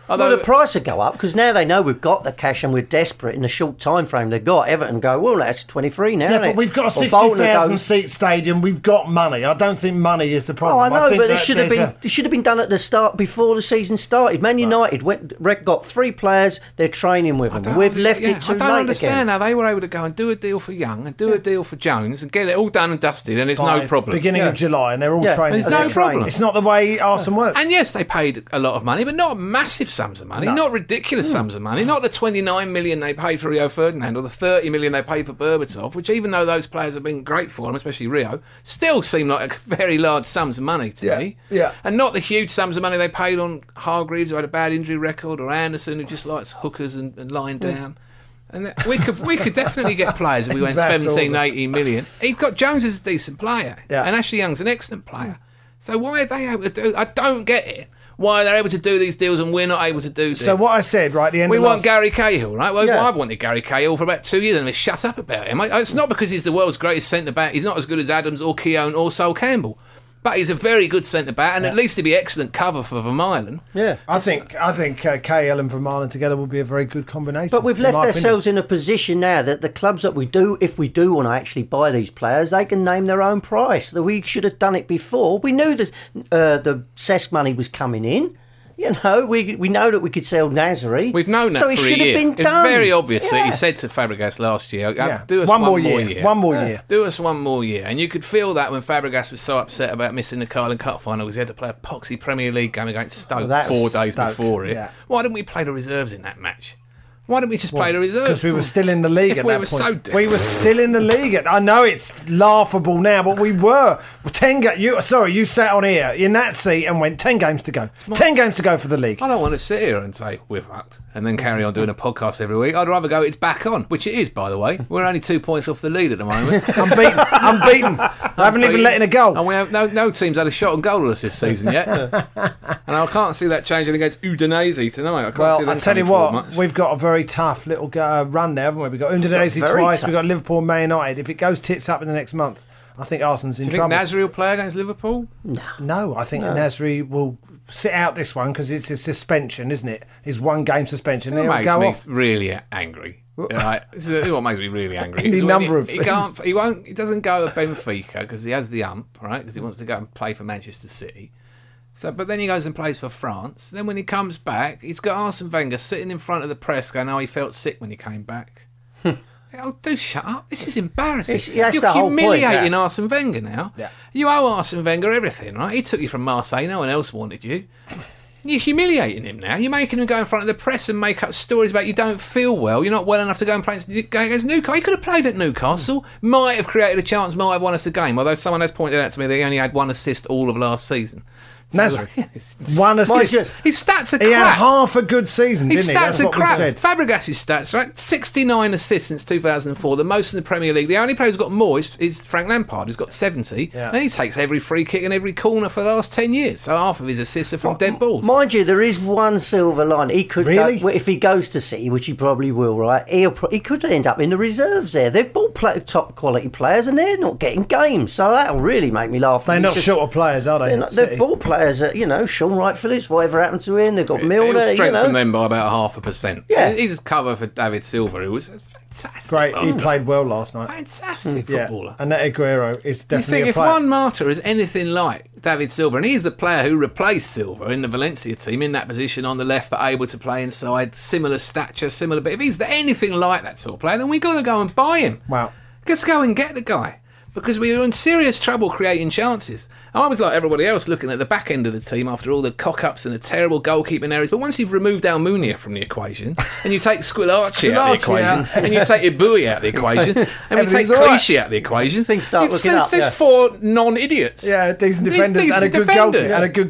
[SPEAKER 2] Although
[SPEAKER 4] Well, the price would go up because now they know we've got the cash and we're desperate in the short time frame they've got. Everton go, well, that's 23 now.
[SPEAKER 3] Yeah,
[SPEAKER 4] isn't
[SPEAKER 3] but
[SPEAKER 4] it?
[SPEAKER 3] we've got a
[SPEAKER 4] Or Bolton will go,
[SPEAKER 3] 60,000 seat stadium. We've got money. I don't think money is the
[SPEAKER 4] Oh, I
[SPEAKER 3] problem.
[SPEAKER 4] know,
[SPEAKER 3] think
[SPEAKER 4] but it
[SPEAKER 3] that
[SPEAKER 4] should have
[SPEAKER 3] there's
[SPEAKER 4] been it should have been done at the start before the season started. Man United went went got three players. They're training with them.
[SPEAKER 2] don't
[SPEAKER 4] We've
[SPEAKER 2] under-
[SPEAKER 4] left
[SPEAKER 2] yeah,
[SPEAKER 4] it too
[SPEAKER 2] I don't
[SPEAKER 4] late
[SPEAKER 2] understand
[SPEAKER 4] again.
[SPEAKER 2] how they were able to go and do a deal for Young and do a deal for Jones and get it all done and dusted, and it's
[SPEAKER 3] a-
[SPEAKER 2] no problem.
[SPEAKER 3] Beginning of July, and they're all
[SPEAKER 4] Yeah.
[SPEAKER 3] training.
[SPEAKER 2] There's no
[SPEAKER 3] together.
[SPEAKER 2] problem.
[SPEAKER 3] It's not the way Arsenal works.
[SPEAKER 2] And yes, they paid a lot of money, but not massive sums of money, not ridiculous
[SPEAKER 3] Hmm.
[SPEAKER 2] sums of money, not the 29 million they paid for Rio Ferdinand or the 30 million they paid for Berbatov, which even though those players have been great for them, especially Rio, still seem like a very large sums of money to
[SPEAKER 3] Yeah,
[SPEAKER 2] me.
[SPEAKER 3] yeah.
[SPEAKER 2] And not the huge sums of money they paid on Hargreaves, who had a bad injury record, or Anderson, who just likes hookers and, and lying
[SPEAKER 3] Hmm.
[SPEAKER 2] down. And that, we could we could definitely get players if we went
[SPEAKER 3] That's
[SPEAKER 2] 17,
[SPEAKER 3] all.
[SPEAKER 2] 18 million. You've got Jones is a decent player,
[SPEAKER 3] Yeah.
[SPEAKER 2] and Ashley Young's an excellent player.
[SPEAKER 3] Mm.
[SPEAKER 2] So why are they able to do? I don't get it. Why they're able to do these deals and we're not able to do this?
[SPEAKER 3] So what I said right at the end.
[SPEAKER 2] we
[SPEAKER 3] of
[SPEAKER 2] want
[SPEAKER 3] last-
[SPEAKER 2] Gary Cahill, right? Well,
[SPEAKER 4] Yeah.
[SPEAKER 2] I've wanted Gary Cahill for about two years, and they shut up about him. I, it's not because he's the world's greatest centre back. He's not as good as Adams or Keown or Sol Campbell, but he's a very good centre back, and at least he'd be excellent cover for Vermaelen.
[SPEAKER 4] Yeah.
[SPEAKER 3] I think I think uh, KL and Vermaelen together would be a very good combination.
[SPEAKER 4] But we've
[SPEAKER 3] in
[SPEAKER 4] left
[SPEAKER 3] my opinion.
[SPEAKER 4] ourselves in a position now that the clubs that we do, if we do want to actually buy these players, they can name their own price. That we should have done it before. We knew that uh, the cess money was coming in. You know, we we know that we could sell Nazari.
[SPEAKER 2] We've known that
[SPEAKER 4] so
[SPEAKER 2] for
[SPEAKER 4] it
[SPEAKER 2] a
[SPEAKER 4] should
[SPEAKER 2] year.
[SPEAKER 4] have been
[SPEAKER 2] it's
[SPEAKER 4] done.
[SPEAKER 2] very obvious that he
[SPEAKER 4] Yeah.
[SPEAKER 2] said to Fabregas last year, "Uh,
[SPEAKER 3] Yeah.
[SPEAKER 2] "Do us
[SPEAKER 3] one, more year. One more year.
[SPEAKER 2] Do us one more year. And you could feel that when Fabregas was so upset about missing the Carling Cup final because he had to play a poxy Premier League game against Stoke
[SPEAKER 3] that
[SPEAKER 2] four
[SPEAKER 3] was
[SPEAKER 2] days
[SPEAKER 3] Stoke,
[SPEAKER 2] before it.
[SPEAKER 3] yeah.
[SPEAKER 2] Why didn't we play the reserves in that match? Why didn't we just play the reserves?
[SPEAKER 3] Because we were still in the league
[SPEAKER 2] If
[SPEAKER 3] at
[SPEAKER 2] we
[SPEAKER 3] that
[SPEAKER 2] were so
[SPEAKER 3] point.
[SPEAKER 2] different.
[SPEAKER 3] we were still in the league. At, I know it's laughable now, but we were. Ten ga- you sorry, you sat on here in that seat and went ten games to go. Ten games to go for the league.
[SPEAKER 2] I don't want to sit here and say we're fucked and then carry on doing a podcast every week. I'd rather go it's back on, which it is, by the way. We're only two points off the lead at the moment.
[SPEAKER 3] I'm beaten. I'm beaten. I haven't even let in a
[SPEAKER 2] And
[SPEAKER 3] goal.
[SPEAKER 2] we have no, no team's had a shot on goal this season yet. and I can't see that changing against Udinese tonight. I can't see
[SPEAKER 3] Well,
[SPEAKER 2] them
[SPEAKER 3] I tell you
[SPEAKER 2] coming forward
[SPEAKER 3] what,
[SPEAKER 2] much.
[SPEAKER 3] we've got a very tough little go- uh, run there, haven't we? We've got Udinese
[SPEAKER 4] very
[SPEAKER 3] twice.
[SPEAKER 4] tough.
[SPEAKER 3] We've got Liverpool, and Man United. If it goes tits up in the next month, I think Arsenal's in
[SPEAKER 2] Do you think
[SPEAKER 3] trouble.
[SPEAKER 2] Nasri will play against Liverpool?
[SPEAKER 3] No, I think Nasri will sit out this one because it's a suspension, isn't it? His one game suspension.
[SPEAKER 2] That
[SPEAKER 3] He'll
[SPEAKER 2] makes
[SPEAKER 3] go
[SPEAKER 2] me
[SPEAKER 3] off.
[SPEAKER 2] really angry. Right, this is what makes me really angry.
[SPEAKER 3] Any
[SPEAKER 2] is when
[SPEAKER 3] number
[SPEAKER 2] he,
[SPEAKER 3] of
[SPEAKER 2] he
[SPEAKER 3] things.
[SPEAKER 2] can't, he won't, he doesn't go to Benfica because he has the ump, right? Because he wants to go and play for Manchester City. So, but then he goes and plays for France. Then when he comes back, he's got Arsene Wenger sitting in front of the press going, "Oh, he felt sick when he came back." Oh, do shut up! This is embarrassing.
[SPEAKER 4] It's- that's
[SPEAKER 2] You're
[SPEAKER 4] the whole point,
[SPEAKER 2] humiliating
[SPEAKER 4] yeah.
[SPEAKER 2] Arsene Wenger now.
[SPEAKER 3] Yeah.
[SPEAKER 2] You owe Arsene Wenger everything, right? He took you from Marseille. No one else wanted you. You're humiliating him now. You're making him go in front of the press and make up stories about you don't feel well. You're not well enough to go and play against- go against Newcastle. He could have played at Newcastle. Might have created a chance. Might have won us the game. Although someone has pointed out to me that he only had one assist all of last season. So-
[SPEAKER 3] Nasri. One assist.
[SPEAKER 4] you,
[SPEAKER 2] His stats are
[SPEAKER 3] He had
[SPEAKER 2] crap.
[SPEAKER 3] half a good season,
[SPEAKER 2] His
[SPEAKER 3] didn't he? That's
[SPEAKER 2] stats are
[SPEAKER 3] what we
[SPEAKER 2] crap.
[SPEAKER 3] said.
[SPEAKER 2] Fabregas' stats, right? 69 assists since 2004, the most in the Premier League. The only player who's got more is, is Frank Lampard, who's got 70.
[SPEAKER 3] Yeah.
[SPEAKER 2] And he takes every free kick and every corner for the last 10 years. So half of his assists are from dead balls.
[SPEAKER 4] Mind you, there is one silver line. He could go-
[SPEAKER 3] Really?
[SPEAKER 4] well, if he goes to City, which he probably will, right? He'll pro- he could end up in the reserves there. They've bought pla top quality players, and they're not getting games. So that'll really make me laugh.
[SPEAKER 3] They're
[SPEAKER 4] It's
[SPEAKER 3] not
[SPEAKER 4] just-
[SPEAKER 3] short of players, are they?
[SPEAKER 4] They're, not,
[SPEAKER 3] City?
[SPEAKER 4] they're ball players that you know, Sean Wright Phillips, whatever happened to him. They've got
[SPEAKER 2] He'll
[SPEAKER 4] Milner. You
[SPEAKER 2] strengthen
[SPEAKER 4] know,
[SPEAKER 2] them by about half a percent.
[SPEAKER 4] Yeah.
[SPEAKER 2] He's cover for David Silva, who was a fantastic.
[SPEAKER 3] Great. He
[SPEAKER 2] last night.
[SPEAKER 3] played well last night.
[SPEAKER 2] Fantastic
[SPEAKER 3] Yeah.
[SPEAKER 2] footballer.
[SPEAKER 3] And that Aguero is
[SPEAKER 2] You
[SPEAKER 3] definitely
[SPEAKER 2] think
[SPEAKER 3] a
[SPEAKER 2] if
[SPEAKER 3] player.
[SPEAKER 2] Juan Mata is anything like David Silva, and he's the player who replaced Silva in the Valencia team in that position on the left, but able to play inside, similar stature, similar. But if he's anything like that sort of player, then we got to go and buy him.
[SPEAKER 3] Wow.
[SPEAKER 2] Just go and get the guy because we were in serious trouble creating chances. I was like everybody else looking at the back end of the team after all the cock ups and the terrible goalkeeping errors. But once you've removed Almunia from the equation and you take Squillaci out of the
[SPEAKER 3] Squillaci
[SPEAKER 2] equation
[SPEAKER 3] out.
[SPEAKER 2] and you take Ibui out of the equation and we take
[SPEAKER 3] Everything's all right.
[SPEAKER 2] Clichy out of the equation,
[SPEAKER 4] Things start
[SPEAKER 2] it's,
[SPEAKER 4] looking
[SPEAKER 2] it's
[SPEAKER 4] up,
[SPEAKER 2] just
[SPEAKER 4] yeah.
[SPEAKER 2] four non idiots.
[SPEAKER 3] Yeah, decent defenders and a good goalkeeper- and a good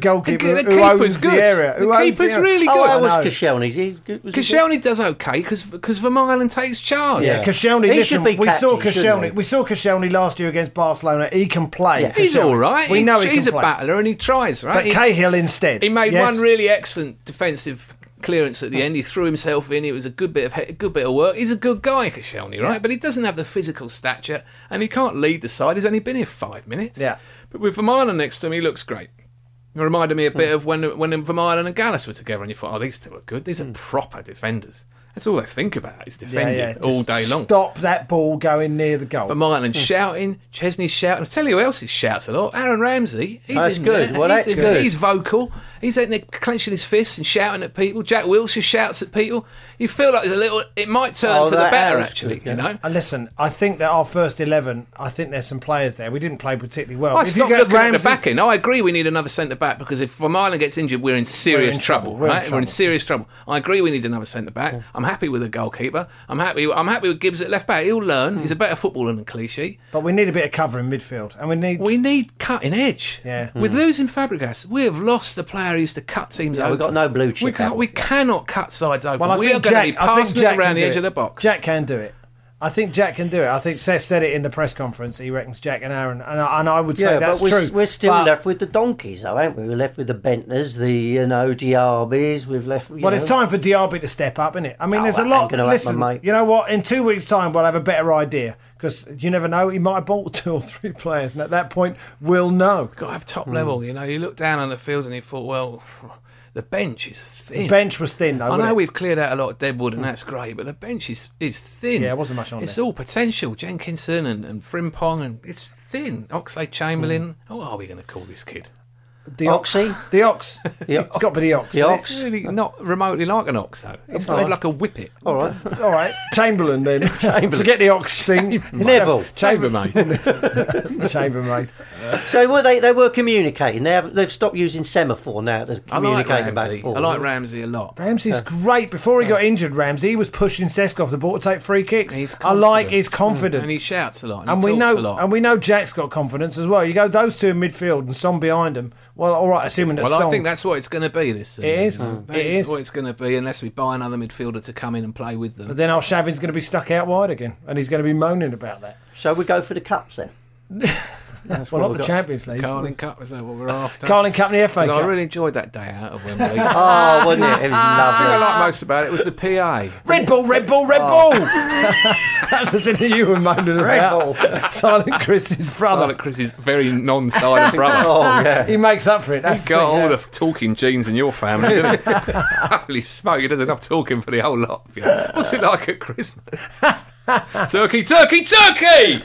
[SPEAKER 2] The,
[SPEAKER 3] goalkeeper who owns
[SPEAKER 2] keeper's
[SPEAKER 3] the
[SPEAKER 2] good.
[SPEAKER 3] area, who
[SPEAKER 2] the
[SPEAKER 3] owns the
[SPEAKER 2] keeper's
[SPEAKER 3] area.
[SPEAKER 2] really
[SPEAKER 4] oh,
[SPEAKER 2] good.
[SPEAKER 4] how was
[SPEAKER 3] know.
[SPEAKER 4] Koscielny? He- was he good?
[SPEAKER 2] Koscielny does okay because Vermaelen takes charge.
[SPEAKER 3] Yeah, Koscielny,
[SPEAKER 4] He should
[SPEAKER 3] listen,
[SPEAKER 4] be
[SPEAKER 3] we saw
[SPEAKER 4] captain, shouldn't he?
[SPEAKER 3] Koscielny. We saw Koscielny last year against Barcelona. He can play.
[SPEAKER 4] Yeah.
[SPEAKER 2] He's
[SPEAKER 3] Koscielny.
[SPEAKER 2] all right.
[SPEAKER 3] We
[SPEAKER 2] He-
[SPEAKER 3] know he
[SPEAKER 2] he's
[SPEAKER 3] can
[SPEAKER 2] a
[SPEAKER 3] play.
[SPEAKER 2] battler and he tries, right?
[SPEAKER 3] But
[SPEAKER 2] He-
[SPEAKER 3] Cahill instead.
[SPEAKER 2] He made
[SPEAKER 3] Yes. Oh.
[SPEAKER 2] one really excellent defensive clearance at the end. He threw himself in. It was a good bit of he- good bit of work. He's a good guy, Koscielny, right? But he doesn't have the physical stature, and he can't lead the side. He's only been here five minutes.
[SPEAKER 3] Yeah.
[SPEAKER 2] But with Vermaelen next to him, he looks great. It
[SPEAKER 3] Hmm. Hmm.
[SPEAKER 2] reminded me a bit of when when Vermaelen and Gallus were together, and you thought, oh, these two are good. These are proper defenders. That's all they think about is defending all
[SPEAKER 3] just
[SPEAKER 2] day long.
[SPEAKER 3] Stop that ball going near the goal.
[SPEAKER 2] But Maitland shouting, Chesney's shouting. I tell you who else is shouts a lot. Aaron Ramsey. He's
[SPEAKER 4] That's
[SPEAKER 2] in
[SPEAKER 4] good.
[SPEAKER 2] There.
[SPEAKER 4] Well,
[SPEAKER 2] he's
[SPEAKER 4] that's
[SPEAKER 2] in there.
[SPEAKER 4] good.
[SPEAKER 2] He's vocal. He's in there clenching his fists and shouting at people. Jack Wilshere shouts at people. You feel like there's a little. It might turn
[SPEAKER 4] Oh,
[SPEAKER 2] for the
[SPEAKER 4] that
[SPEAKER 2] better,
[SPEAKER 4] Aaron's
[SPEAKER 2] actually.
[SPEAKER 4] good, yeah.
[SPEAKER 2] You know.
[SPEAKER 3] Uh, listen, I think that our first eleven. I think there's some players there. We didn't play particularly well.
[SPEAKER 2] I
[SPEAKER 3] If you
[SPEAKER 2] stopped
[SPEAKER 3] get
[SPEAKER 2] looking at
[SPEAKER 3] Ramsey-
[SPEAKER 2] the backing. I agree we need another centre back because if Van Maalen gets injured, we're in serious
[SPEAKER 3] in
[SPEAKER 2] trouble,
[SPEAKER 3] trouble. We're in
[SPEAKER 2] right? We're in
[SPEAKER 3] trouble.
[SPEAKER 2] serious trouble. I agree we need another centre back. I'm happy with the goalkeeper. I'm happy. I'm happy with Gibbs at left back. He'll learn. He's a better footballer than Clichy.
[SPEAKER 3] But we need a bit of cover in midfield, and we need.
[SPEAKER 2] We need cutting edge.
[SPEAKER 3] Yeah.
[SPEAKER 2] With losing Fabregas, we have lost the player who used to cut teams
[SPEAKER 4] Hmm. Yeah,
[SPEAKER 2] open.
[SPEAKER 4] we've got no blue chip,
[SPEAKER 2] We, can't,
[SPEAKER 4] haven't
[SPEAKER 2] we
[SPEAKER 4] we?
[SPEAKER 2] cannot cut sides open.
[SPEAKER 3] well, I
[SPEAKER 2] we
[SPEAKER 3] think
[SPEAKER 2] are
[SPEAKER 3] Jack,
[SPEAKER 2] going to be
[SPEAKER 3] I think
[SPEAKER 2] passing
[SPEAKER 3] Jack
[SPEAKER 2] it around
[SPEAKER 3] can
[SPEAKER 2] the
[SPEAKER 3] do
[SPEAKER 2] edge
[SPEAKER 3] it.
[SPEAKER 2] of the box.
[SPEAKER 3] Jack can do it. I think Jack can do it. I think Seth said it in the press conference. He reckons Jack and Aaron, and I, and I would say
[SPEAKER 4] yeah,
[SPEAKER 3] that's
[SPEAKER 4] but we're,
[SPEAKER 3] true.
[SPEAKER 4] we're still
[SPEAKER 3] But-
[SPEAKER 4] left with the donkeys, though, aren't we? We're left with the Bentners, the you know Diabes. We've left. You
[SPEAKER 3] Well,
[SPEAKER 4] know,
[SPEAKER 3] it's time for Diaby to step up, isn't it? I mean,
[SPEAKER 4] Oh,
[SPEAKER 3] there's
[SPEAKER 4] that
[SPEAKER 3] a
[SPEAKER 4] ain't
[SPEAKER 3] lot.
[SPEAKER 4] gonna happen,
[SPEAKER 3] Listen,
[SPEAKER 4] mate.
[SPEAKER 3] you know what? In two weeks' time, we'll have a better idea because you never know. He might have bought two or three players, and at that point, we'll know.
[SPEAKER 2] Got to have top
[SPEAKER 3] Hmm.
[SPEAKER 2] level. You know, you look down on the field and you thought, well, the bench is thin.
[SPEAKER 3] Bench was thin, though.
[SPEAKER 2] I
[SPEAKER 3] wasn't
[SPEAKER 2] know
[SPEAKER 3] it? Hmm.
[SPEAKER 2] we've cleared out a lot of deadwood and that's great, but the bench is, is thin.
[SPEAKER 3] Yeah, it wasn't much on
[SPEAKER 2] It's
[SPEAKER 3] there.
[SPEAKER 2] all potential. Jenkinson and, and Frimpong and it's thin. Oxley Chamberlain.
[SPEAKER 3] Hmm.
[SPEAKER 2] Oh, what are we going to call this kid?
[SPEAKER 3] the ox,
[SPEAKER 4] Oxy?
[SPEAKER 3] the ox.
[SPEAKER 4] Yeah.
[SPEAKER 3] It's got to be the ox.
[SPEAKER 4] The
[SPEAKER 3] isn't it?
[SPEAKER 4] Ox.
[SPEAKER 2] It's really not remotely like an ox though. It's
[SPEAKER 4] Oh.
[SPEAKER 2] like, like a whippet.
[SPEAKER 4] All right.
[SPEAKER 3] All right, Chamberlain then. Forget the ox thing.
[SPEAKER 4] Neville.
[SPEAKER 2] Chambermaid.
[SPEAKER 3] Chambermaid.
[SPEAKER 4] So were they? They were communicating. They have. They've stopped using semaphore now to
[SPEAKER 2] I like
[SPEAKER 4] communicate back
[SPEAKER 2] Ramsey.
[SPEAKER 4] and
[SPEAKER 2] I
[SPEAKER 4] forth.
[SPEAKER 2] like Ramsey a lot.
[SPEAKER 3] Ramsey's great. Before he got injured, Ramsey he was pushing Sesk off the ball to take free kicks.
[SPEAKER 2] He's
[SPEAKER 3] I like
[SPEAKER 2] confident. Mm.
[SPEAKER 3] his confidence.
[SPEAKER 2] And he shouts a lot. And,
[SPEAKER 3] and
[SPEAKER 2] he
[SPEAKER 3] we
[SPEAKER 2] talks
[SPEAKER 3] know,
[SPEAKER 2] a lot.
[SPEAKER 3] and we know Jack's got confidence as well. You go those two in midfield and some behind him. Well, all right, assuming that
[SPEAKER 2] well, I
[SPEAKER 3] Son-
[SPEAKER 2] think that's what it's going to be this season.
[SPEAKER 3] is. Mm.
[SPEAKER 2] That
[SPEAKER 3] It
[SPEAKER 2] is
[SPEAKER 3] is.
[SPEAKER 2] what it's going to be, unless we buy another midfielder to come in and play with them.
[SPEAKER 3] But then our Shavin's going to be stuck out wide again, and he's going to be moaning about that.
[SPEAKER 4] So we go for the cups then.
[SPEAKER 3] well,
[SPEAKER 4] what
[SPEAKER 3] not
[SPEAKER 4] we
[SPEAKER 3] the
[SPEAKER 4] got.
[SPEAKER 3] Champions League.
[SPEAKER 2] Carling Cup is that what we're after?
[SPEAKER 3] Carling Cup and the FA
[SPEAKER 2] Because I
[SPEAKER 3] Cup.
[SPEAKER 2] really enjoyed that day out of Wembley.
[SPEAKER 4] Oh,
[SPEAKER 2] I
[SPEAKER 4] wasn't it? It was lovely.
[SPEAKER 2] Ah. like most about it was the PA.
[SPEAKER 3] Red Bull, Red Bull, Red
[SPEAKER 2] Oh.
[SPEAKER 3] Bull. That's the thing that you were moaning about. Red Bull. Silent Chris's
[SPEAKER 2] I
[SPEAKER 3] brother.
[SPEAKER 2] like Chris's very non-silent brother.
[SPEAKER 4] Oh yeah.
[SPEAKER 3] He makes up for it. That's
[SPEAKER 2] He's
[SPEAKER 3] the
[SPEAKER 2] got
[SPEAKER 3] thing,
[SPEAKER 2] all
[SPEAKER 3] yeah.
[SPEAKER 2] the talking genes in your family, doesn't he? Holy smoke, he does enough talking for the whole lot. you know. What's it like at Christmas? turkey, turkey, turkey!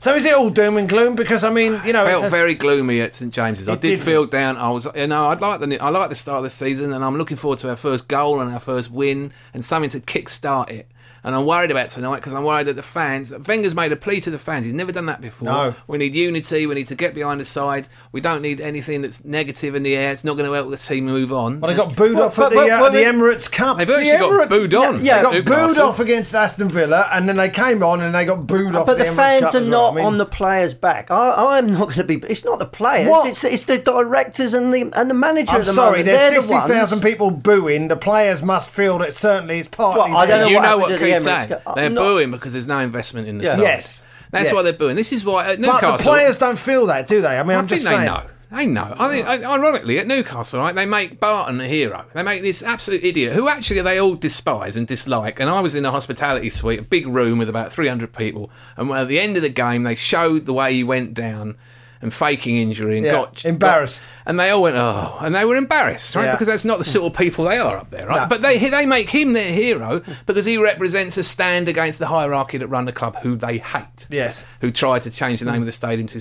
[SPEAKER 3] So is it all doom and gloom? Because I mean, you know,
[SPEAKER 2] I
[SPEAKER 3] it's a-
[SPEAKER 2] felt very gloomy at St James's. I
[SPEAKER 3] It
[SPEAKER 2] did
[SPEAKER 3] didn't.
[SPEAKER 2] feel down. I was, you know, I'd like the I like the start of the season, and I'm looking forward to our first goal and our first win and something to kick-start it. And I'm worried about tonight because I'm worried that the fans. Wenger's made a plea to the fans. He's never done that before.
[SPEAKER 3] No.
[SPEAKER 2] We need unity. We need to get behind the side. We don't need anything that's negative in the air. It's not going to help the team move on.
[SPEAKER 3] Well, they got booed
[SPEAKER 4] Well,
[SPEAKER 3] off
[SPEAKER 4] but-
[SPEAKER 3] at the,
[SPEAKER 4] but-
[SPEAKER 3] uh,
[SPEAKER 4] but
[SPEAKER 3] the
[SPEAKER 4] they-
[SPEAKER 3] Emirates Cup.
[SPEAKER 2] They've
[SPEAKER 3] The
[SPEAKER 2] actually got
[SPEAKER 3] Emirates-
[SPEAKER 2] booed on
[SPEAKER 3] Yeah,
[SPEAKER 2] at
[SPEAKER 3] they got
[SPEAKER 2] Newcastle.
[SPEAKER 3] booed off against Aston Villa, and then they came on and they got booed off.
[SPEAKER 4] But the
[SPEAKER 3] Emirates
[SPEAKER 4] fans
[SPEAKER 3] Cup
[SPEAKER 4] are
[SPEAKER 3] as
[SPEAKER 4] not
[SPEAKER 3] well. I mean,
[SPEAKER 4] on the players' back. I, I'm not going to be. It's not the players.
[SPEAKER 3] What?
[SPEAKER 4] It's the, it's the directors and the and the manager.
[SPEAKER 3] I'm
[SPEAKER 4] at the
[SPEAKER 3] sorry,
[SPEAKER 4] moment.
[SPEAKER 3] there's
[SPEAKER 4] They're the
[SPEAKER 3] sixty thousand
[SPEAKER 4] ones-
[SPEAKER 3] people booing. The players must feel that certainly it's partly.
[SPEAKER 4] Well, I don't
[SPEAKER 3] them.
[SPEAKER 4] know
[SPEAKER 2] you
[SPEAKER 4] what
[SPEAKER 2] know
[SPEAKER 4] happened
[SPEAKER 2] what
[SPEAKER 4] at the
[SPEAKER 2] Keith's
[SPEAKER 4] Emirates
[SPEAKER 2] saying.
[SPEAKER 4] Cup. I'm
[SPEAKER 2] They're
[SPEAKER 4] not-
[SPEAKER 2] booing because there's no investment in the
[SPEAKER 4] Yeah.
[SPEAKER 2] side.
[SPEAKER 3] Yes.
[SPEAKER 2] That's
[SPEAKER 3] Yes.
[SPEAKER 2] why they're booing. This is why at
[SPEAKER 3] But
[SPEAKER 2] Newcastle.
[SPEAKER 3] the players don't feel that, do they? I mean,
[SPEAKER 2] I
[SPEAKER 3] I'm
[SPEAKER 2] think
[SPEAKER 3] just
[SPEAKER 2] they
[SPEAKER 3] saying.
[SPEAKER 2] know. They know. I think, I- ironically, at Newcastle, right, they make Barton a hero. They make this absolute idiot who actually they all despise and dislike. And I was in a hospitality suite, a big room with about 300 people. And at the end of the game, they showed the way he went down and faking injury and
[SPEAKER 3] Yeah,
[SPEAKER 2] got
[SPEAKER 3] embarrassed.
[SPEAKER 2] got- and they all went, oh, and they were embarrassed, right?
[SPEAKER 3] Yeah.
[SPEAKER 2] Because that's not the sort of people they are up there, right?
[SPEAKER 3] No.
[SPEAKER 2] But they they make him their hero because he represents a stand against the hierarchy that run the club, who they hate
[SPEAKER 3] Yes. Mm.
[SPEAKER 2] who tried to change the name of the stadium to